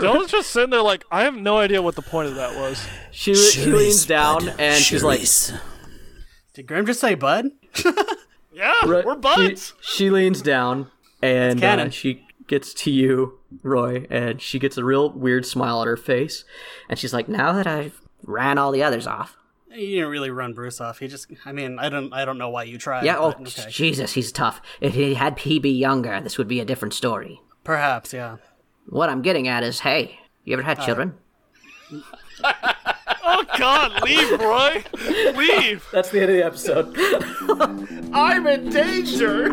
Speaker 2: Dylan's just sitting there like, I have no idea what the point of that was.
Speaker 1: She, she
Speaker 5: Sure
Speaker 1: leans
Speaker 5: is,
Speaker 1: down
Speaker 5: bud.
Speaker 1: and she's
Speaker 5: Sure
Speaker 1: like,
Speaker 5: is.
Speaker 3: Did Grim just say bud?
Speaker 2: Yeah,
Speaker 1: Right.
Speaker 2: we're buds.
Speaker 1: She, she leans down and
Speaker 3: canon.
Speaker 1: uh, she gets to you, Roy, and she gets a real weird smile on her face.
Speaker 7: And she's like, now that I've ran all the others off,
Speaker 3: You didn't really run Bruce off. He just. I mean, I don't. I don't know why you tried.
Speaker 7: Yeah, oh,
Speaker 3: but okay.
Speaker 7: Jesus, he's tough. If he had he be younger, this would be a different story.
Speaker 3: Perhaps, yeah.
Speaker 7: What I'm getting at is, hey, you ever had children?
Speaker 2: Oh God, leave, Roy, leave.
Speaker 1: That's the end of the episode.
Speaker 9: I'm in danger.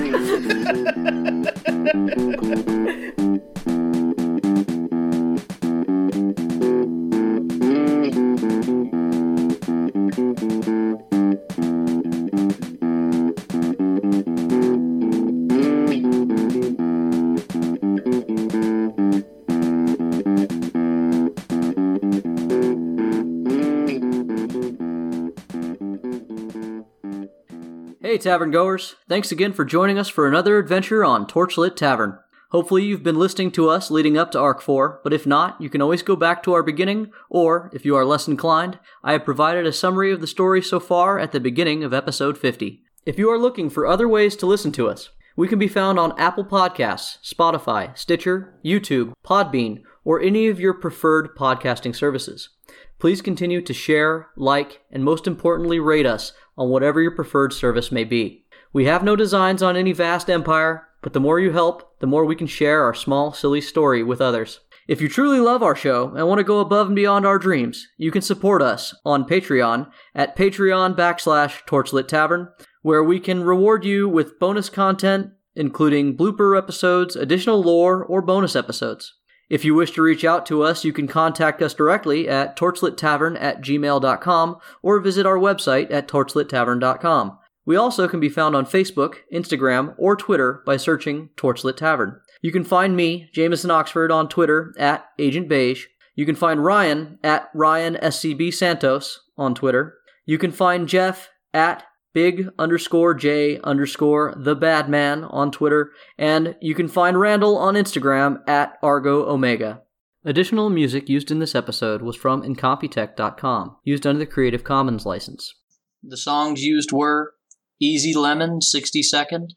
Speaker 1: Hey, tavern goers! Thanks again for joining us for another adventure on Torchlit Tavern. Hopefully, you've been listening to us leading up to Arc 4, but if not, you can always go back to our beginning, or, if you are less inclined, I have provided a summary of the story so far at the beginning of episode 50. If you are looking for other ways to listen to us, we can be found on Apple Podcasts, Spotify, Stitcher, YouTube, Podbean, or any of your preferred podcasting services. Please continue to share, like, and most importantly, rate us on whatever your preferred service may be. We have no designs on any vast empire, but the more you help, the more we can share our small, silly story with others. If you truly love our show and want to go above and beyond our dreams, you can support us on Patreon at patreon backslash torchlit tavern, where we can reward you with bonus content, including blooper episodes, additional lore, or bonus episodes. If you wish to reach out to us, you can contact us directly at torchlittavern at gmail.com or visit our website at torchlittavern.com. We also can be found on Facebook, Instagram, or Twitter by searching Torchlit Tavern. You can find me, Jameson Oxford, on Twitter at Agent Beige. You can find Ryan at Ryan SCB Santos on Twitter. You can find Jeff at big underscore J underscore the bad man on Twitter, and you can find Randall on Instagram at Argo Omega. Additional music used in this episode was from Incompetech.com, used under the Creative Commons license. The songs used were Easy Lemon 60 Second,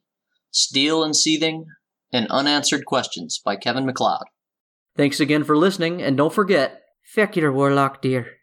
Speaker 1: Steel and Seething, and Unanswered Questions by Kevin McLeod. Thanks again for listening, and don't forget, feck your warlock dear.